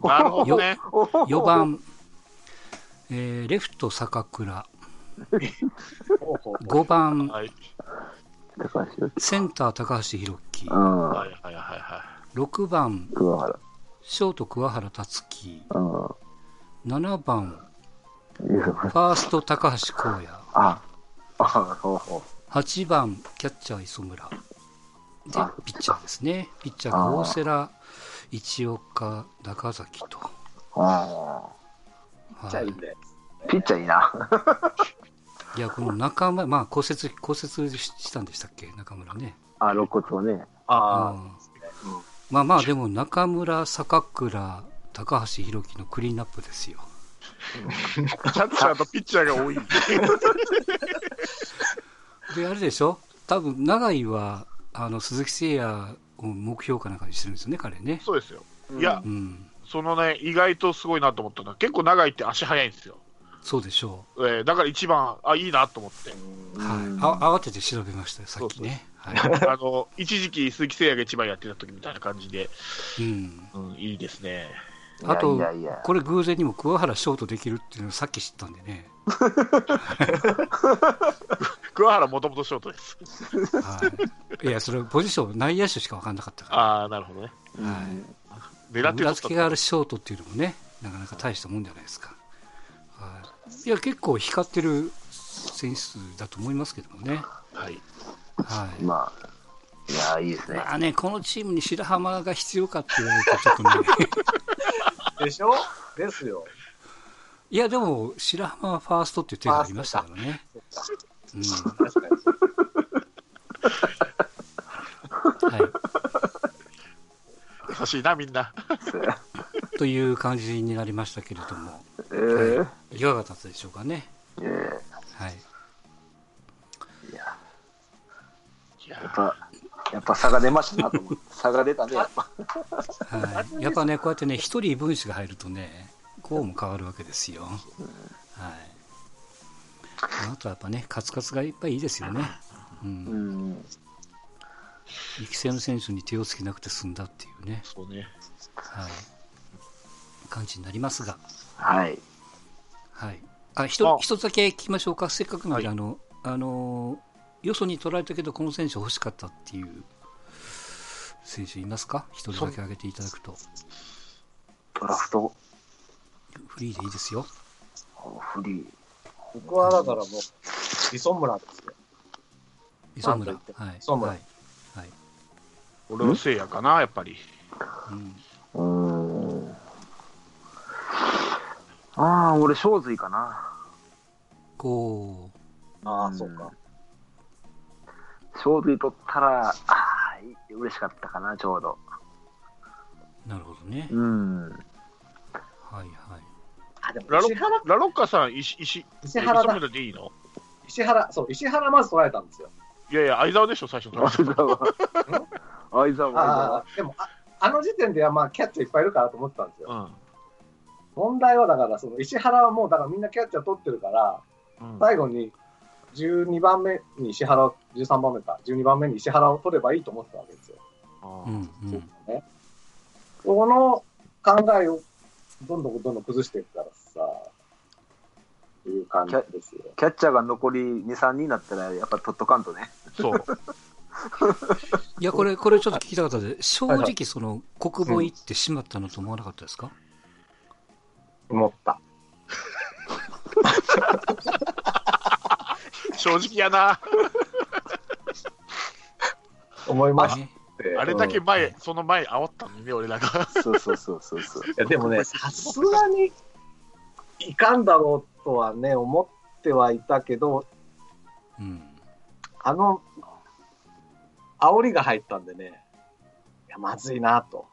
Speaker 1: なるほどね。
Speaker 2: 4番、えーレフト坂倉
Speaker 3: ほうほう
Speaker 2: 5番
Speaker 1: はい
Speaker 4: 高橋よ
Speaker 2: センター高橋宏樹
Speaker 4: うん。
Speaker 1: はいはいはいは
Speaker 2: 6番
Speaker 4: 桑原。
Speaker 2: ショート桑原達樹
Speaker 4: うん。
Speaker 2: 7番
Speaker 4: いいぞ
Speaker 2: ファースト高橋光也
Speaker 4: あ、あ、ほうほ
Speaker 2: 8番キャッチャー磯村で
Speaker 4: あ
Speaker 2: ピッチャーですねピッチャーが
Speaker 4: あー
Speaker 2: 大瀬良一岡中崎と、
Speaker 4: う。あ
Speaker 3: じ
Speaker 2: は
Speaker 3: ゃあいい
Speaker 2: い
Speaker 3: ん、で。
Speaker 4: あ。ピッチャーいいな。
Speaker 2: いやこの中村まあ骨折骨折したんでしたっけ中村ね
Speaker 4: あ、肋骨をね。
Speaker 3: ああ、
Speaker 2: うん
Speaker 3: うん
Speaker 2: まあまあでも中村坂倉高橋宏樹のクリーンアップですよ
Speaker 1: い。キャッチャーとピッチャーが多い。
Speaker 2: であれでしょ多分永井はあの鈴木誠也を目標かなんかにしてるんですよね彼ね
Speaker 1: そうですよ。いや
Speaker 2: う、ん
Speaker 1: そのね、意外とすごいなと思ったのは、結構長いって足早いんですよ。
Speaker 2: そうでしょ
Speaker 1: えーだから一番、あ、いいなと思って。
Speaker 2: う、
Speaker 4: うん
Speaker 2: はい、あ慌てて調べましたよさっきねは
Speaker 1: あの、一時期鈴木誠也が一番やってた時みたいな感じで、
Speaker 2: い、うん、
Speaker 1: うん、いいです ね。
Speaker 2: あと
Speaker 4: いやいやいや。
Speaker 2: これ偶然にも桑原ショートできるっていうのをさっき知ったんでね、
Speaker 1: 桑原もともとショートです。
Speaker 2: はい、いやそれポジション内野手しか分かんなかったから
Speaker 1: ああ、なるほどね。
Speaker 4: うん
Speaker 1: 狙って
Speaker 2: 裏付けがあ
Speaker 1: る。
Speaker 2: るショートっていうのもね、なかなか大したもんじゃないですか。はい、いや、結構光ってる選手だと思いますけどもね。
Speaker 1: はい。
Speaker 2: はい
Speaker 4: まあ、いや、いいですね。
Speaker 2: まあね、このチームに白浜が必要かって言われると、ちょっとね、
Speaker 3: でしょですよ。
Speaker 2: いや、でも、白浜はファーストっていう手がありましたからね。うん
Speaker 3: 確かに。
Speaker 2: は
Speaker 1: 優しいな、みんな。
Speaker 2: い、という感じになりましたけれども、
Speaker 4: えー
Speaker 2: いかがだったでしょうかね。
Speaker 4: えー
Speaker 2: はい、
Speaker 1: い
Speaker 4: や
Speaker 1: や
Speaker 4: っぱ、やっぱ差が出ましたなと思って。差が出たね、やっぱ。
Speaker 2: はい、やっぱね、こうやってね、一人分子が入るとね、こうも変わるわけですよ。はい。あとはやっぱね、カツカツがいっぱいいいですよね。う。
Speaker 4: うんん。
Speaker 2: 育成の選手に手をつけなくて済んだっていうね、
Speaker 1: そうね。
Speaker 2: はい。感じになりますが、
Speaker 4: はい。
Speaker 2: はい。あ、ひと
Speaker 1: あ
Speaker 2: 一つだけ聞きましょうか。せっかくなんで、
Speaker 1: は
Speaker 2: あの、あのー、よそに取られたけど、この選手欲しかったっていう選手いますか一人だけ挙げていただくと。
Speaker 4: ドラフト、
Speaker 2: フリーでいいですよ。
Speaker 4: フリー。
Speaker 3: 僕はだからもう、磯村ですよ。
Speaker 2: 磯村。
Speaker 3: なんと言っても
Speaker 2: はい。
Speaker 3: 磯村
Speaker 2: はい。はい。
Speaker 1: 俺のせいやかな、やっぱり。
Speaker 2: うん
Speaker 4: うーん。ああ、俺、正髄かな。
Speaker 2: こ
Speaker 3: ああ、そうか。
Speaker 4: 正髄取ったら、ああ、嬉しかったかな、ちょうど。
Speaker 2: う、なるほどね。
Speaker 4: う
Speaker 2: は
Speaker 4: ん。
Speaker 2: いはい。
Speaker 3: あ、でも
Speaker 1: ラロ
Speaker 3: 石原、
Speaker 1: ラロッカさん、石、石、
Speaker 3: 石
Speaker 1: 石
Speaker 3: 原だ。
Speaker 1: 村でいいの
Speaker 3: 石原、そう、石原まず取られたんですよ。
Speaker 1: いやいや、相沢でしょ、最初 から。
Speaker 4: 相沢。相
Speaker 3: あ
Speaker 4: 沢。
Speaker 3: あ、でも、ああの時点ではまあ、キャッチャーいっぱいいるかなと思ってたんですよ。
Speaker 1: うん。
Speaker 3: 問題はだから、その石原はもう、だからみんなキャッチャー取ってるから、
Speaker 1: うん
Speaker 3: 最後に12番目に石原を、13番目か、12番目に石原を取ればいいと思ってたわけですよ。
Speaker 1: あ
Speaker 2: うんうん。
Speaker 3: この考えをどんどんどんどん崩していくからさ、っていう感じですよ。
Speaker 4: キャッチャーが残り2、3人になったら、やっぱ取っとかんとね。
Speaker 1: そう。
Speaker 2: いや、これ、これちょっと聞きたかったで、正直、その、国防行ってしまったのと思わなかったですか
Speaker 3: 思った。
Speaker 1: 正直やな。
Speaker 3: 思いまし
Speaker 2: ね。
Speaker 3: て。
Speaker 1: あれだけ
Speaker 2: う
Speaker 1: 前
Speaker 2: ん、
Speaker 1: その前煽ったのにね、俺らが。
Speaker 4: そうそうそうそうそう。
Speaker 3: いやでもね、さすがにいかんだろうとはね、思ってはいたけど、
Speaker 2: うん。
Speaker 3: あの、煽りが入ったんでね、いや、まずいなと。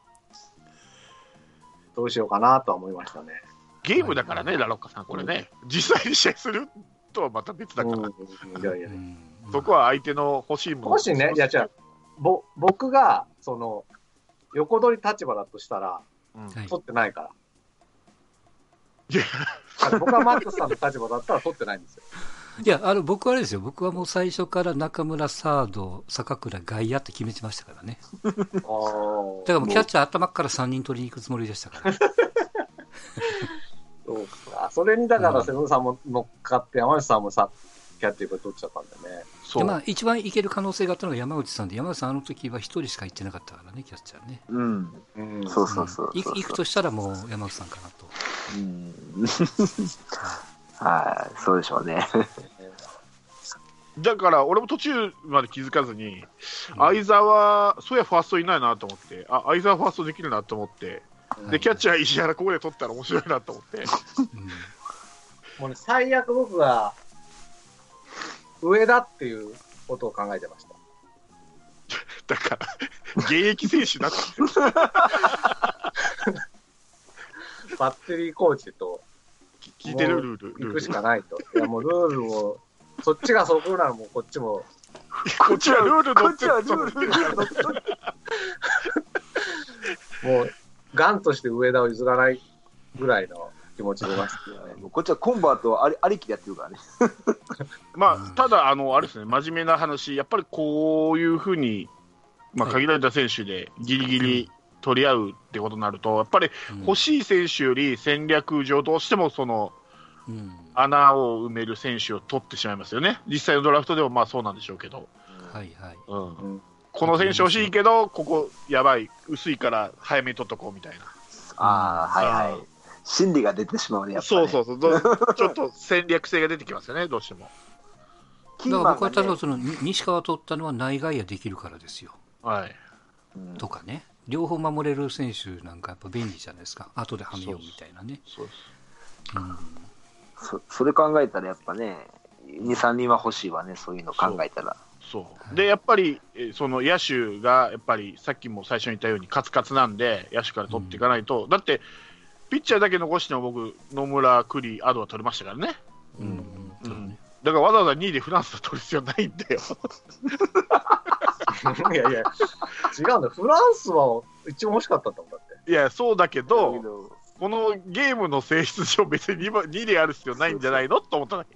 Speaker 3: どうしようかなとは思いましたね。
Speaker 1: ゲームだからね、ラロッカさん、これね。実際に試合するとはまた別だから。
Speaker 3: うん、いやいや
Speaker 2: う。ん
Speaker 1: そこ、は相手の欲しいもの。
Speaker 3: もしね、いや違う。、ぼ、僕が、その、横取り立場だとしたら、
Speaker 1: うん、
Speaker 2: はい
Speaker 3: 取ってないから。
Speaker 1: いや
Speaker 3: だから僕はマックスさんの立場だったら取ってないんですよ。
Speaker 2: いや、あの、僕はあれですよ。僕はもう最初から中村サード、坂倉外野って決めてましたからね。
Speaker 3: だか
Speaker 2: だからもうキャッチャー頭から3人取りに行くつもりでしたから。
Speaker 3: そうか。それにだから、瀬戸さんも乗っかって、山内さんもさ、キャッチボール取っちゃったんだよね。
Speaker 1: そ
Speaker 2: で
Speaker 1: う。
Speaker 2: まあ、一番行ける可能性があったのが山内さんで、山内さんあの時は1人しか行ってなかったからね、キャッチャーね。
Speaker 4: うん。
Speaker 3: うん
Speaker 4: そそ
Speaker 3: そう
Speaker 4: うそう。
Speaker 2: ん行く行くとしたらもう山内さんかなと。
Speaker 4: うん。はい、そうでしょうね。
Speaker 1: だから、俺も途中まで気づかずに、
Speaker 2: うん
Speaker 1: 相沢、そうやファーストいないなと思って、あ、相沢ファーストできるなと思って、
Speaker 3: うん
Speaker 1: で、キャッチャー石原ここで取ったら面白いなと思って、
Speaker 2: うん
Speaker 3: もうね、最悪僕は、上だっていうことを考えてました。
Speaker 1: だから、現役選手だって言ってる
Speaker 3: バッテリーコーチと
Speaker 1: 聞いてるルール、
Speaker 3: 行
Speaker 1: ルー
Speaker 3: く
Speaker 1: ル
Speaker 3: し。かないと。いや、もうルールを、そっちがそこならもうこっちも、
Speaker 1: こっちはルール
Speaker 4: こ
Speaker 1: 乗っ
Speaker 4: ってち
Speaker 1: る
Speaker 4: はルールが乗っ取っ
Speaker 3: もう、ガンとして上田を譲らないぐらいの気持ちでいましたよね。
Speaker 4: こっちはコンバートありありきでやってるからね。
Speaker 1: まあ、ただ、あの、あれですね、真面目な話、やっぱりこういうふうに、まあ、
Speaker 2: はい
Speaker 1: 限られた選手でギリギリ取り合うってことになると、やっぱり欲しい選手より戦略上、どうしてもその、
Speaker 2: うん
Speaker 1: 穴を埋める選手を取ってしまいますよね、実際のドラフトでもまあそうなんでしょうけど、
Speaker 2: はいはい。
Speaker 1: うん
Speaker 3: ん
Speaker 1: この選手欲しいけど、ここやばい、薄いから早めに取っとこうみたいな、
Speaker 4: ああ、はいはい。心理が出てしまうね、やっぱ、
Speaker 1: そ
Speaker 4: ね。
Speaker 1: うそうそうど、ちょっと戦略性が出てきますよね、どうしても。
Speaker 4: キー
Speaker 2: だ
Speaker 4: マン
Speaker 2: か
Speaker 4: が
Speaker 2: ら僕は
Speaker 4: ね
Speaker 2: 例えばそのに西川取ったのは内外野できるからですよ。
Speaker 1: はい、
Speaker 4: うん
Speaker 2: とかね。両方守れる選手なんかやっぱ便利じゃないですか。後ではめようみたいなね。
Speaker 1: そうで
Speaker 2: うん
Speaker 4: そそれ考えたらやっぱね、2、3人は欲しいわね、そういうの考えたら。
Speaker 1: すそう
Speaker 2: い
Speaker 1: でやっぱり、えーその野手がやっぱりさっきも最初に言ったように、カツカツなんで、野手から取っていかないと、だって、ピッチャーだけ残しても僕、野村、栗、アドは取れましたからね、
Speaker 2: うんうんそうだね
Speaker 1: だからわざわざ2位でフランスは取る必要ないんだ よ。
Speaker 3: いやいや、違うんだよ。フランスは一番欲しかったんだもん、だって。
Speaker 1: いや、そうだけ
Speaker 4: だけ
Speaker 1: ど、
Speaker 4: ど
Speaker 1: このゲームの性質上、別に 2, 2である必要ないんじゃないのと思っただけ。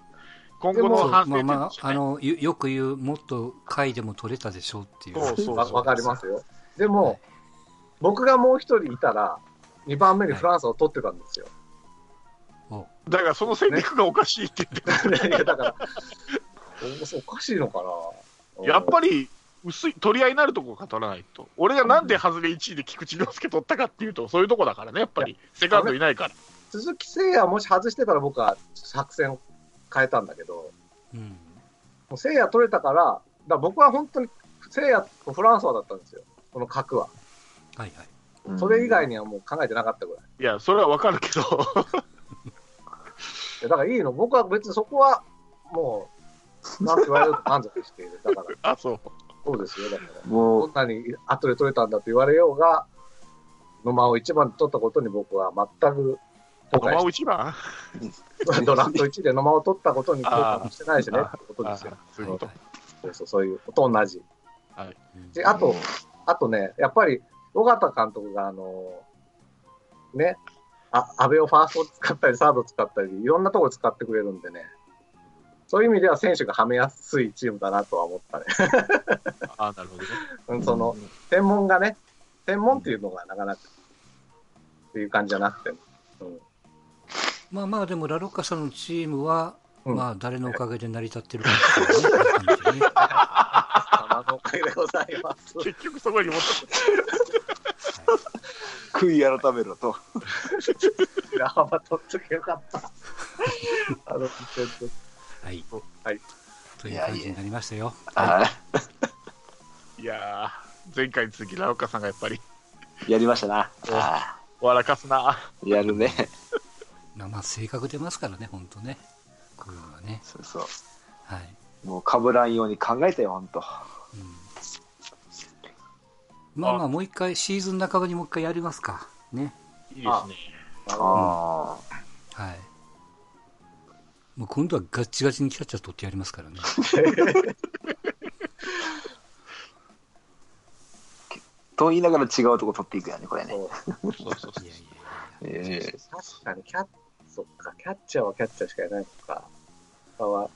Speaker 1: 今後
Speaker 2: そ
Speaker 1: の
Speaker 2: う
Speaker 1: 反省
Speaker 2: まあ
Speaker 1: 点
Speaker 2: ま
Speaker 1: として
Speaker 2: あ、
Speaker 1: ね
Speaker 2: あの、よよく言う、もっと回でも取れたでしょうっていう。。
Speaker 1: そうそう
Speaker 3: わわかりますすよ。でも、僕がもう一人いたら、2番目にフランスを取ってたんですよ。
Speaker 2: お
Speaker 1: だからその戦略がおかしいって言って
Speaker 3: いやだから、おそうおかしいのかな。
Speaker 1: やっぱ
Speaker 3: り。
Speaker 1: り薄い取り合いになるとこが語らないと、俺がなんで外れ1位で菊池涼介取ったかっていうと、そういうとこだからね、やっぱり、セカンドいないから。
Speaker 3: 鈴木誠也もし外してたら僕は作戦を変えたんだけど、も
Speaker 2: うん
Speaker 3: う誠也取れたから、だから僕は本当に誠也とフランソワだったんですよ。この角は。
Speaker 2: はいはい
Speaker 3: それ以外
Speaker 4: に。
Speaker 3: にはもう考えてなかったぐらい。
Speaker 1: いや、それはわかるけど、
Speaker 3: いやだからいいの。僕は別にそこはもう、なんて言われると満足している。だから、
Speaker 1: あ、そう。
Speaker 3: そうですよ。だから。
Speaker 4: も
Speaker 3: ど、
Speaker 4: うん
Speaker 3: なに後で取れたんだと言われようが、野間を一番で取ったことに僕は全く後
Speaker 1: 野
Speaker 3: 悔
Speaker 1: 間
Speaker 3: し
Speaker 1: を一番
Speaker 3: て、ドラフト1で野間を取ったことに後
Speaker 1: あー
Speaker 3: 悔もしてないしね
Speaker 1: あー
Speaker 3: ってことですよ。
Speaker 1: あそういうこと。
Speaker 2: はい
Speaker 3: そうそうそういうこと同じ。
Speaker 2: はいうん
Speaker 3: で、あと、あとね、やっぱり、尾形監督が、あのね、あ、安倍をファースト使ったり、サード使ったり、いろんなところ使ってくれるんでね、そういう意味では選手がはめやすいチームだなとは思ったね。
Speaker 1: あなるほどね。
Speaker 3: うんその、専門がね、専門っていうのがなかなか、っていう感じじゃなくて、
Speaker 2: まあまあでもラロッカさんのチームは、
Speaker 3: うん
Speaker 2: まあ誰のおかげで成り立ってるかっ ていうね感じでねは
Speaker 3: 様のおかげでございます。
Speaker 1: 結局そこに持って
Speaker 4: 悔い改めろと。
Speaker 3: ラハマ取っとけよかった。あ の、
Speaker 2: い、
Speaker 3: はい
Speaker 2: という感じになりましたよ
Speaker 1: いやー、前回に続き、ラオカさんがやっぱり、
Speaker 4: やりましたな。
Speaker 1: うん
Speaker 4: あ
Speaker 1: 笑かすな。
Speaker 4: ーやるね。
Speaker 2: まあまあ性格出ますからね本当ねこういうのはね
Speaker 4: そうそ
Speaker 2: はい、
Speaker 4: う。もうかぶらんように考えたよ、ほんと。
Speaker 2: うんまあまあもう一回シーズン半ばにもう一回やりますかね
Speaker 1: いいですね。
Speaker 4: あ
Speaker 2: はいもう今度はガッチガチにキャッチャー取ってやりますからね
Speaker 4: ーと言いながら違うとこ取っていくよね、これね。
Speaker 1: そうそうそう
Speaker 2: いやいやいや
Speaker 4: ええ
Speaker 3: 確かにキャッ、そっか、キャッチャーはキャッチャーしかいないのか。他は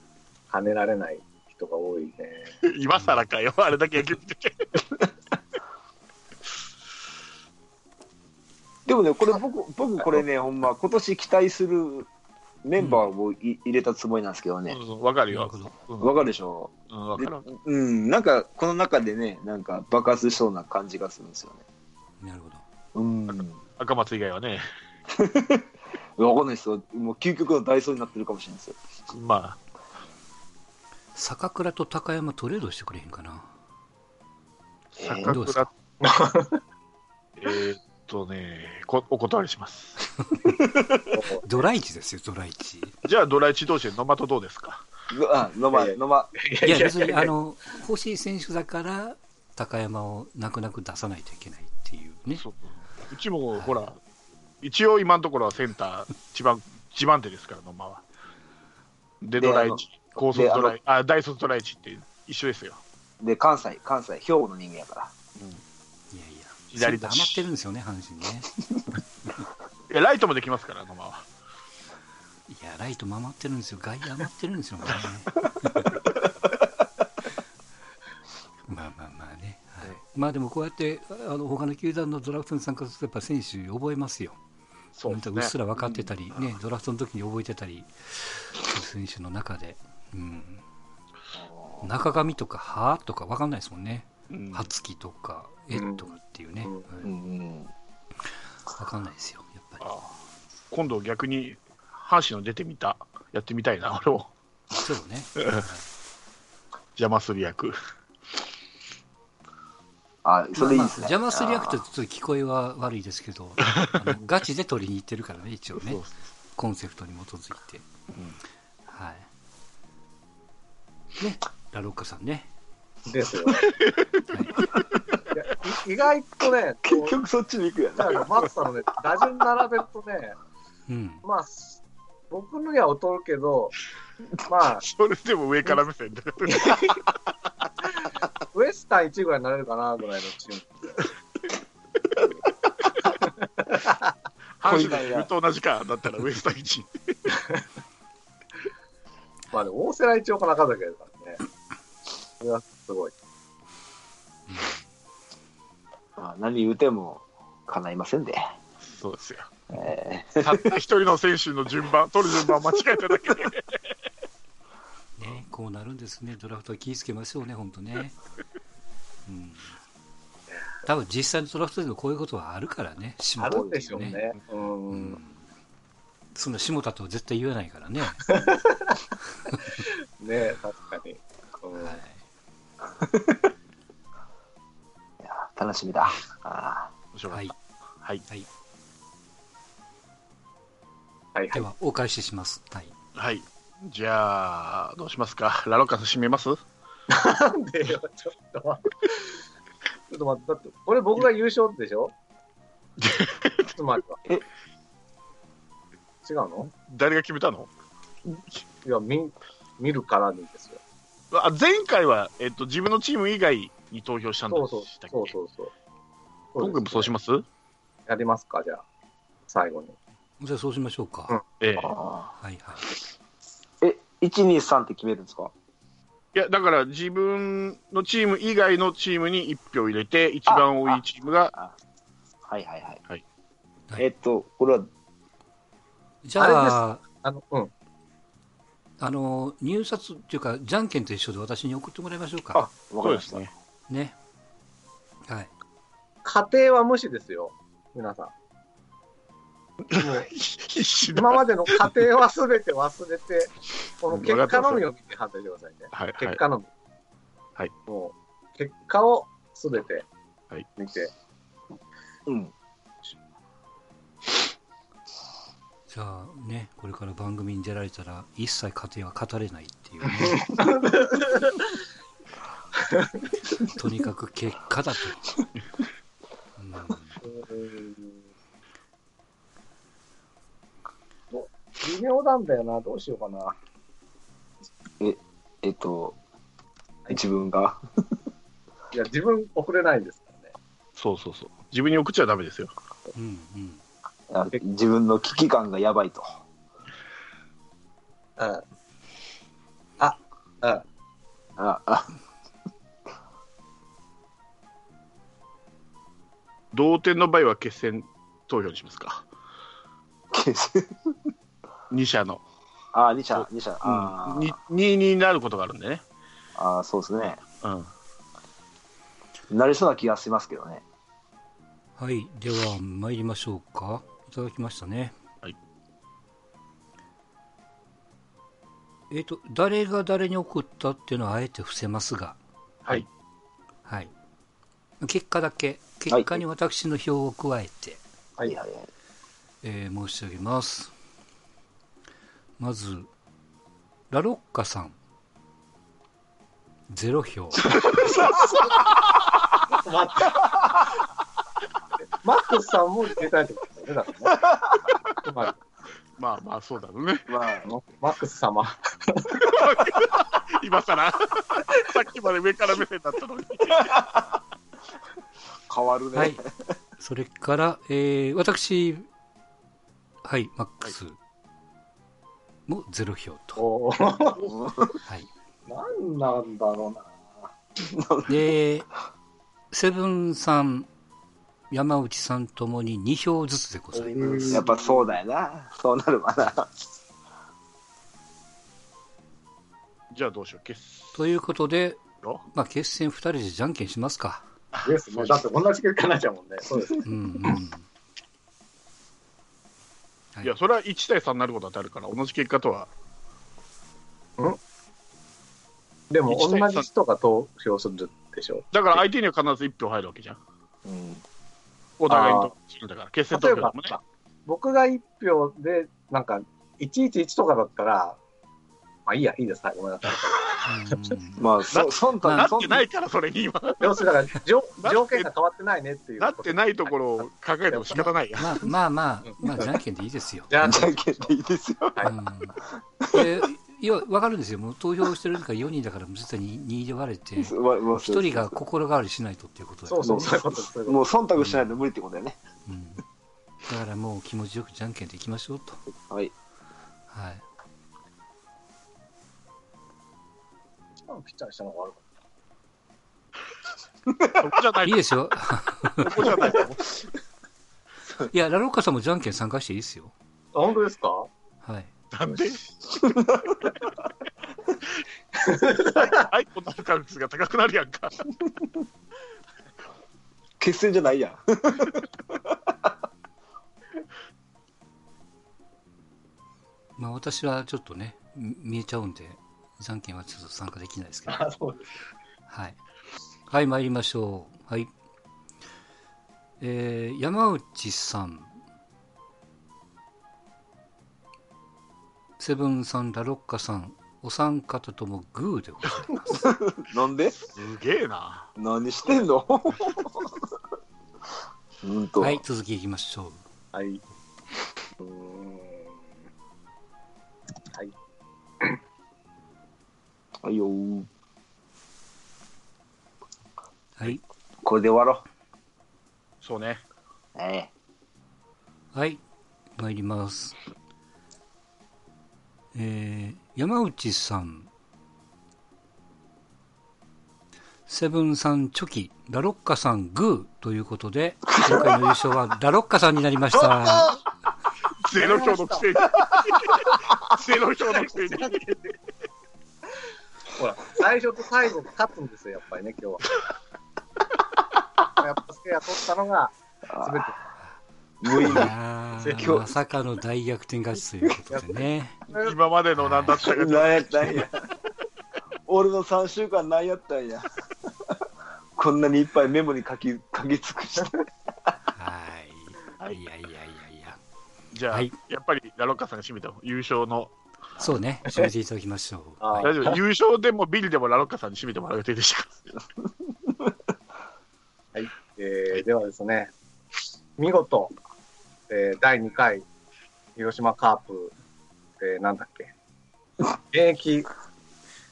Speaker 3: 跳ねられない人が多いね。
Speaker 1: 今更かよ、あれだけ野球見てて。
Speaker 4: でもね、これ僕、僕これね、ほんま、今年期待するメンバーをい入れたつもりなんですけどね
Speaker 1: そ。うそうわかる
Speaker 2: なる
Speaker 1: よ
Speaker 2: ほ。ど
Speaker 1: うん
Speaker 4: わかるでしょ
Speaker 1: うんわかる。
Speaker 4: うん、なんか、この中でね、なんか爆発しそうな感じがするんですよね。
Speaker 2: なるほど
Speaker 4: うん。わ
Speaker 1: 赤松以外はね、
Speaker 4: かんないですよ。もう究極のダイソーになってるかもしれないですよ。
Speaker 1: ま
Speaker 2: 坂倉と高山トレードしてくれへんかな
Speaker 1: あ、
Speaker 4: えー
Speaker 1: 坂
Speaker 2: どうです
Speaker 1: 倉
Speaker 2: か。
Speaker 1: えーっとねこ、お断りします。
Speaker 2: ドライチですよドライチ
Speaker 1: じゃあ、ドラ1同士で野間とどうですか
Speaker 4: あ、飲ま、
Speaker 3: いや
Speaker 4: 飲ま。
Speaker 2: いや、別に、あの、欲しい選手だから、高山を泣く泣く出さないといけないっていうね。
Speaker 1: そううちもほら、一応今のところはセンター、一番一番手ですから、野間は。で、
Speaker 4: で
Speaker 1: ドラ
Speaker 4: あの
Speaker 1: 1、高卒ドラ1、あ、大卒ドラ1って一緒ですよ。
Speaker 4: で、関西、関西、兵庫の人間やから。
Speaker 2: いやいや、
Speaker 1: 左
Speaker 2: そ
Speaker 1: だ
Speaker 2: う
Speaker 1: し
Speaker 2: 黙ってるんですよね、阪神ね。
Speaker 1: いやライトもできますから、野間は。
Speaker 2: いや、ライト守ってるんですよ、外野余ってるんですよ、ね。 まあまあまあね。はい、まあでもこうやってあの他の球団のドラフトに参加するとやっぱ選手覚えますよ、
Speaker 1: そう
Speaker 2: なん
Speaker 1: で
Speaker 2: か
Speaker 1: す
Speaker 2: うっ
Speaker 1: ね。
Speaker 2: すら分かってたり、ね、ドラフトの時に覚えてたり、選手の中で、うん、中上とか、はとか分かんないですもんね。
Speaker 1: うん
Speaker 2: はつきとか、え
Speaker 3: うん
Speaker 2: とかっていうね、
Speaker 3: うん
Speaker 4: う
Speaker 2: 分
Speaker 4: ん。
Speaker 2: かんないですよ、やっぱり。
Speaker 1: あ今度逆に阪神の出てみた、やってみたいな、 俺も
Speaker 2: そうね。
Speaker 1: 邪魔する役。
Speaker 4: あ、それいい
Speaker 2: まあまあ
Speaker 4: ですね。
Speaker 2: 邪魔する役とちょっと聞こえは悪いですけど、あのガチで取りに行ってるからね、一応ね
Speaker 1: そう、
Speaker 2: コンセプトに基づいて。はい。ね、ラロッカさんね。
Speaker 3: ですよ。いやい意外とね、
Speaker 4: 結
Speaker 3: こう
Speaker 4: 局そっちに行くや
Speaker 3: だ
Speaker 4: な。
Speaker 3: から松さんのね、打順並べるとね、
Speaker 2: うん。
Speaker 3: まあ、僕のには劣るけど、まあ、
Speaker 1: それでも上から目線で。
Speaker 3: ウエスタン1ぐらいになれるかなぐらいのチーム。
Speaker 1: 阪神の自分と同じか、だったらウエスト1。
Speaker 3: まあでも、大瀬良一応か中崎だからね。それはすごい。
Speaker 4: あ何言うても叶いませんで。
Speaker 1: そうですよ。
Speaker 4: え
Speaker 1: たった一人の選手の順番、取る順番を間違えただけで。
Speaker 2: ね、こうなるんですね、ドラフトは気をつけましょうね、本当ね。うん。多分実際のドラフトでもこういうことはあるからね、下
Speaker 3: あ
Speaker 2: 田
Speaker 3: る
Speaker 2: っ
Speaker 3: ん
Speaker 2: て
Speaker 3: で
Speaker 2: い
Speaker 3: しょうね。う。
Speaker 2: うんん。そんな下田とは絶対言わないから ね。は
Speaker 3: ね確かに。うん
Speaker 2: い。
Speaker 4: ーいやー楽しみだ。あ
Speaker 1: 面白か
Speaker 2: は
Speaker 1: っ
Speaker 2: い
Speaker 1: た。はい。
Speaker 3: はいは
Speaker 2: で
Speaker 3: い。
Speaker 2: は、お返しします。はい。
Speaker 1: はい。じゃあ、どうしますか。 ラロカス閉めます
Speaker 3: なんでよ、ちょっと待って。ちょっと待って、だって、これ僕が優勝でしょちょっと待って。
Speaker 4: え
Speaker 3: 違うの
Speaker 1: 誰が決めたの
Speaker 3: いや、見、見るからにですよ。
Speaker 1: あ前回は、えっと、自分のチーム以外に投票したんだ
Speaker 3: そうそう
Speaker 1: したっ、け
Speaker 3: そうそうそう。
Speaker 1: 今回もそうします
Speaker 3: やりますか、じゃあ。最後に。
Speaker 2: じゃあそうしましょうか。
Speaker 3: うん
Speaker 1: ええ
Speaker 4: ー。あ
Speaker 2: はいはい。
Speaker 4: ーえ、1、2、3って決めるんですか
Speaker 1: いや、だから自分のチーム以外のチームに1票入れて、一番多いチームが、
Speaker 4: はいはいはい。
Speaker 1: はい
Speaker 2: はい
Speaker 4: えっと、これは、
Speaker 2: じゃあ、あ
Speaker 3: あの、うん。
Speaker 2: の、入札っていうか、じゃんけんと一緒で私に送ってもらいましょ
Speaker 1: あ
Speaker 2: うか。
Speaker 4: わか
Speaker 1: そう
Speaker 4: り
Speaker 1: で
Speaker 4: まし
Speaker 1: す
Speaker 4: た。
Speaker 1: ね。
Speaker 2: ね。はい。
Speaker 3: 家庭は無視ですよ。皆 さん。
Speaker 1: 必死だ
Speaker 3: 今までの過程は全て忘れて、この結果のみを見て判断してくださいね。
Speaker 1: はい、は
Speaker 3: 結
Speaker 1: い。
Speaker 3: 果のみ。
Speaker 1: はい。
Speaker 3: もう、結果を全て
Speaker 1: はい
Speaker 3: 見て、
Speaker 4: うん。
Speaker 2: じゃあね、これから番組に出られたら、一切家庭は語れないっていうね。 とにかく結果だと。うん
Speaker 3: ど微妙なんだよな、どうしようかな。
Speaker 4: えっと、自分が。
Speaker 3: いや、自分送れないですからね。
Speaker 1: そうそうそう。自分に送っちゃダメですよ。
Speaker 2: うんうん。
Speaker 4: あ自分の危機感がやばいと。
Speaker 3: うん。あ、うん。
Speaker 4: ああ
Speaker 1: 同点の場合は決選投票にしますか。2社の。
Speaker 4: あ、2社、2社。あ
Speaker 1: 2
Speaker 4: ー
Speaker 1: 位になることがあるんでね。
Speaker 4: あー、そうですね。
Speaker 1: うん。
Speaker 4: なりそうな気がしますけどね。
Speaker 2: はい。では、参りましょうか。いただきましたね。
Speaker 1: はい。
Speaker 2: えっ、と、誰が誰に送ったっていうのはあえて伏せますが、
Speaker 1: はい。
Speaker 2: はい。結果だけ、結果に私の票を加えて、
Speaker 3: はい
Speaker 4: はいはい。
Speaker 2: えー申し上げます。まず、ラロッカさん、ゼロ票。
Speaker 3: 待って。マックスさんも出たいってことですよね、だからね。つま
Speaker 1: まあまあ、そうだろうね。
Speaker 4: まあ
Speaker 3: り、マックス様。
Speaker 1: 今更さっきまで上から目線だったのに。
Speaker 4: 変わるね。
Speaker 2: はい。それから、えー私、はい、マックスもゼロ票と。
Speaker 3: おー
Speaker 4: うん
Speaker 2: はい。
Speaker 3: なんなんだろうな。
Speaker 2: で、セブンさん、山内さんともに2票ずつでございます。
Speaker 4: やっぱそうだよな。そうなるわな。
Speaker 1: じゃあどうしよう。決
Speaker 2: ということで、
Speaker 1: 選。
Speaker 2: まあ、決戦2人でじゃんけんしますか。
Speaker 3: ですね。だって同じ結果になっちゃうもんね。そうですね。
Speaker 2: うんうん。
Speaker 1: いや、それは1対3になることだってあるから、同じ結果とは。
Speaker 3: でも同じ人が投票するでしょ。
Speaker 1: だから相手には必ず1票入るわけじゃん。
Speaker 4: うん。
Speaker 1: お互いにとするんだから、決戦投
Speaker 3: 例
Speaker 1: 票
Speaker 3: え
Speaker 1: で
Speaker 3: ば
Speaker 1: もね。、
Speaker 3: 僕が1票で、なんか、111とかだったら、まあいいや、いいです。はい、ごめんなさい。
Speaker 2: うん
Speaker 4: まあ、そ忖度、。
Speaker 1: なってないいから、それに今。
Speaker 3: 要するに、だから 条、条件が変わってないねっていう。
Speaker 1: なってないところを考えても仕方ないや。
Speaker 2: まあまあまあ、まあ、じゃんけんでいいですよ。
Speaker 3: じゃあ、
Speaker 4: じゃんけんでいいですよ。
Speaker 2: うん、でいや、わかるんですよ。もう投票してるから4人だから、絶対に2で割れて、1
Speaker 4: 一
Speaker 2: 人が心変わりしないとっていうことだ
Speaker 3: そうそう、そういうことです。そういうこ
Speaker 4: もう忖度しないと無理ってことだよね。
Speaker 2: うん。だからもう気持ちよくじゃんけんでいきましょうと。
Speaker 4: はい。
Speaker 2: はい。
Speaker 3: と。ピッチャーにしたのが悪かっ
Speaker 1: そこじゃない
Speaker 2: いいですよ。
Speaker 1: ここじゃない
Speaker 2: いや、ラロッカさんもじゃんけん参加していいですよ。
Speaker 3: 本当ですか
Speaker 2: はい。
Speaker 1: なんでアイコンの確率が高くなるやんか。
Speaker 4: 決戦じゃないやん。
Speaker 2: まあ私はちょっとね、み見えちゃうんで、じゃんけんはちょっと参加できないですけど。
Speaker 3: あそうです。
Speaker 2: はい。はい、参りましょう。はい。えー、山内さん。セブンさん、ラロッカさん、お三方ともグーでございます。
Speaker 4: なんです
Speaker 1: げえな。
Speaker 4: 何してんの うんと、
Speaker 2: はい、続きいきましょう。
Speaker 3: はい。うーん。はい。
Speaker 4: はいよー
Speaker 2: はい。
Speaker 4: これで終わろ
Speaker 1: そうね。
Speaker 4: う。え
Speaker 2: はい、参ります。えー、山内さん。セブンさんチョキ、ラロッカさんグーということで、今回の優勝はラロッカさんになりま した。
Speaker 1: ゼロ票のくせ に。ゼロ票のくせに。
Speaker 3: ほら、最初と最後が勝つんですよ、やっぱりね、今 日は。やっぱせいや取ったのが、すべて。
Speaker 4: え 無意
Speaker 2: い
Speaker 4: 味。
Speaker 2: や
Speaker 4: それ
Speaker 2: ー
Speaker 4: 今日
Speaker 2: まさかの大逆転勝ちということでね。
Speaker 1: 今までの何だったか。
Speaker 4: 何やったんや。俺の3週間何やったんや。こんなにいっぱいメモに書き書き尽くして。
Speaker 2: は。
Speaker 1: はいい
Speaker 2: いやいやいやいや。
Speaker 1: じゃあ、
Speaker 2: はい
Speaker 1: やっぱりラロッカさんが締めた優勝の。
Speaker 2: そうね、締めていただきましょう。
Speaker 3: あ
Speaker 1: 大丈夫。優勝でもビリでもラロッカさんに締めてもらう予定でしたか
Speaker 3: えーではですね、見事、えー第2回、広島カープ、えーなんだっけ、現役、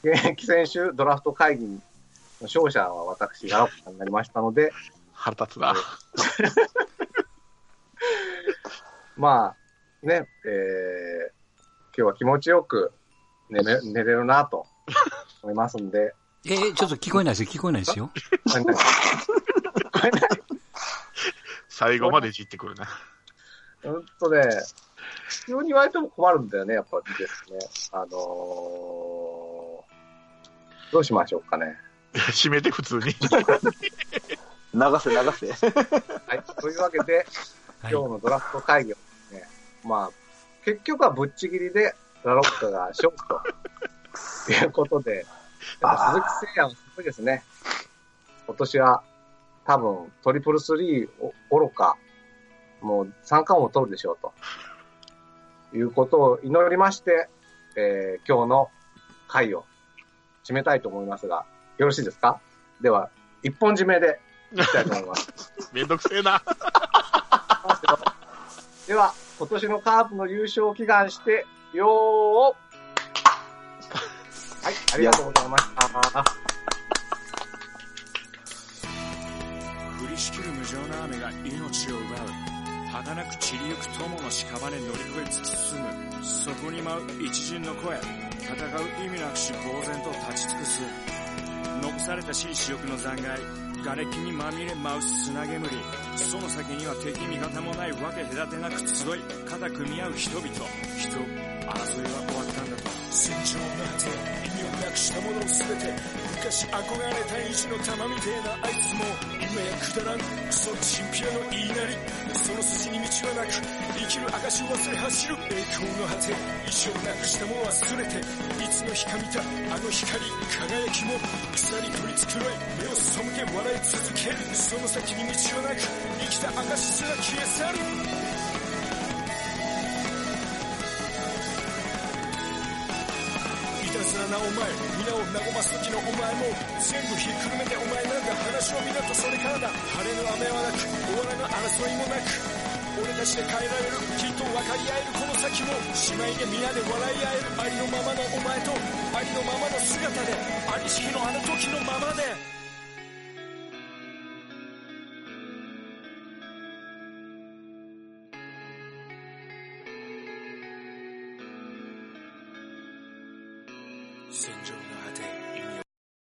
Speaker 3: 現役選手ドラフト会議の勝者は私、ラロッカになりましたので、
Speaker 1: 腹立つな。
Speaker 3: まあ、ね、えー今日は気持ちよく寝れ寝れるなと思いますんで、
Speaker 2: えー、ちょっと聞こえないですよ、聞こえないですよ。
Speaker 1: 最後までいじってくるな。
Speaker 3: 本当ね、急に言われても困るんだよね、やっぱりですね。あのー、どうしましょうかね。
Speaker 1: 締めて普通に。
Speaker 4: 流せ流せ。
Speaker 3: はい。というわけで、
Speaker 2: はい
Speaker 3: 今日。のドラフト会議はですね、まあ、結局はぶっちぎりで、ラロッカが勝利 ということで、やっぱ鈴木誠也はすごいですね。今年は多分トリプルスリーお愚か、もう三冠を取るでしょうと。いうことを祈りまして、えー今日の会を締めたいと思いますが、よろしいですかでは、一本締めでいきたいと思います。
Speaker 1: めんどくせえな。
Speaker 3: では、今年のカープの優勝を祈願して、よーをはい、ありがとうございました。
Speaker 5: 降りしきる無情な雨が命を奪う儚く散りゆく友の屍に乗り越えつ包むそこに舞う一陣の声戦う意味なくし呆然と立ち尽くす残されたしい死翼の残骸瓦礫にまみれ舞う砂煙その先には敵味方もないわけ隔てなく集い肩組み合う人々人争いは終わったんだと戦場の果て意味をなくしたもの全て昔憧れた意地の玉みてえなあいつも今やくだらんクソチンピラの言いなりその筋に道はなく生きる証を忘れ走る栄光の果て意地をなくしたものは忘れていつの日か見たあの光輝きも草に取り繕い目を背け笑い続けるその先に道はなく生きた証すら消え去るいたずらなお前皆を和ます時のお前も全部ひっくるめてお前なんか話を見なとそれからだ晴れの雨はなく終わらぬ争いもなく俺たちで変えられるきっと分かり合えるこの先も姉妹で皆で笑い合えるありのままのお前とありのままの姿でありしきのあの時のままで戦場の果て意味を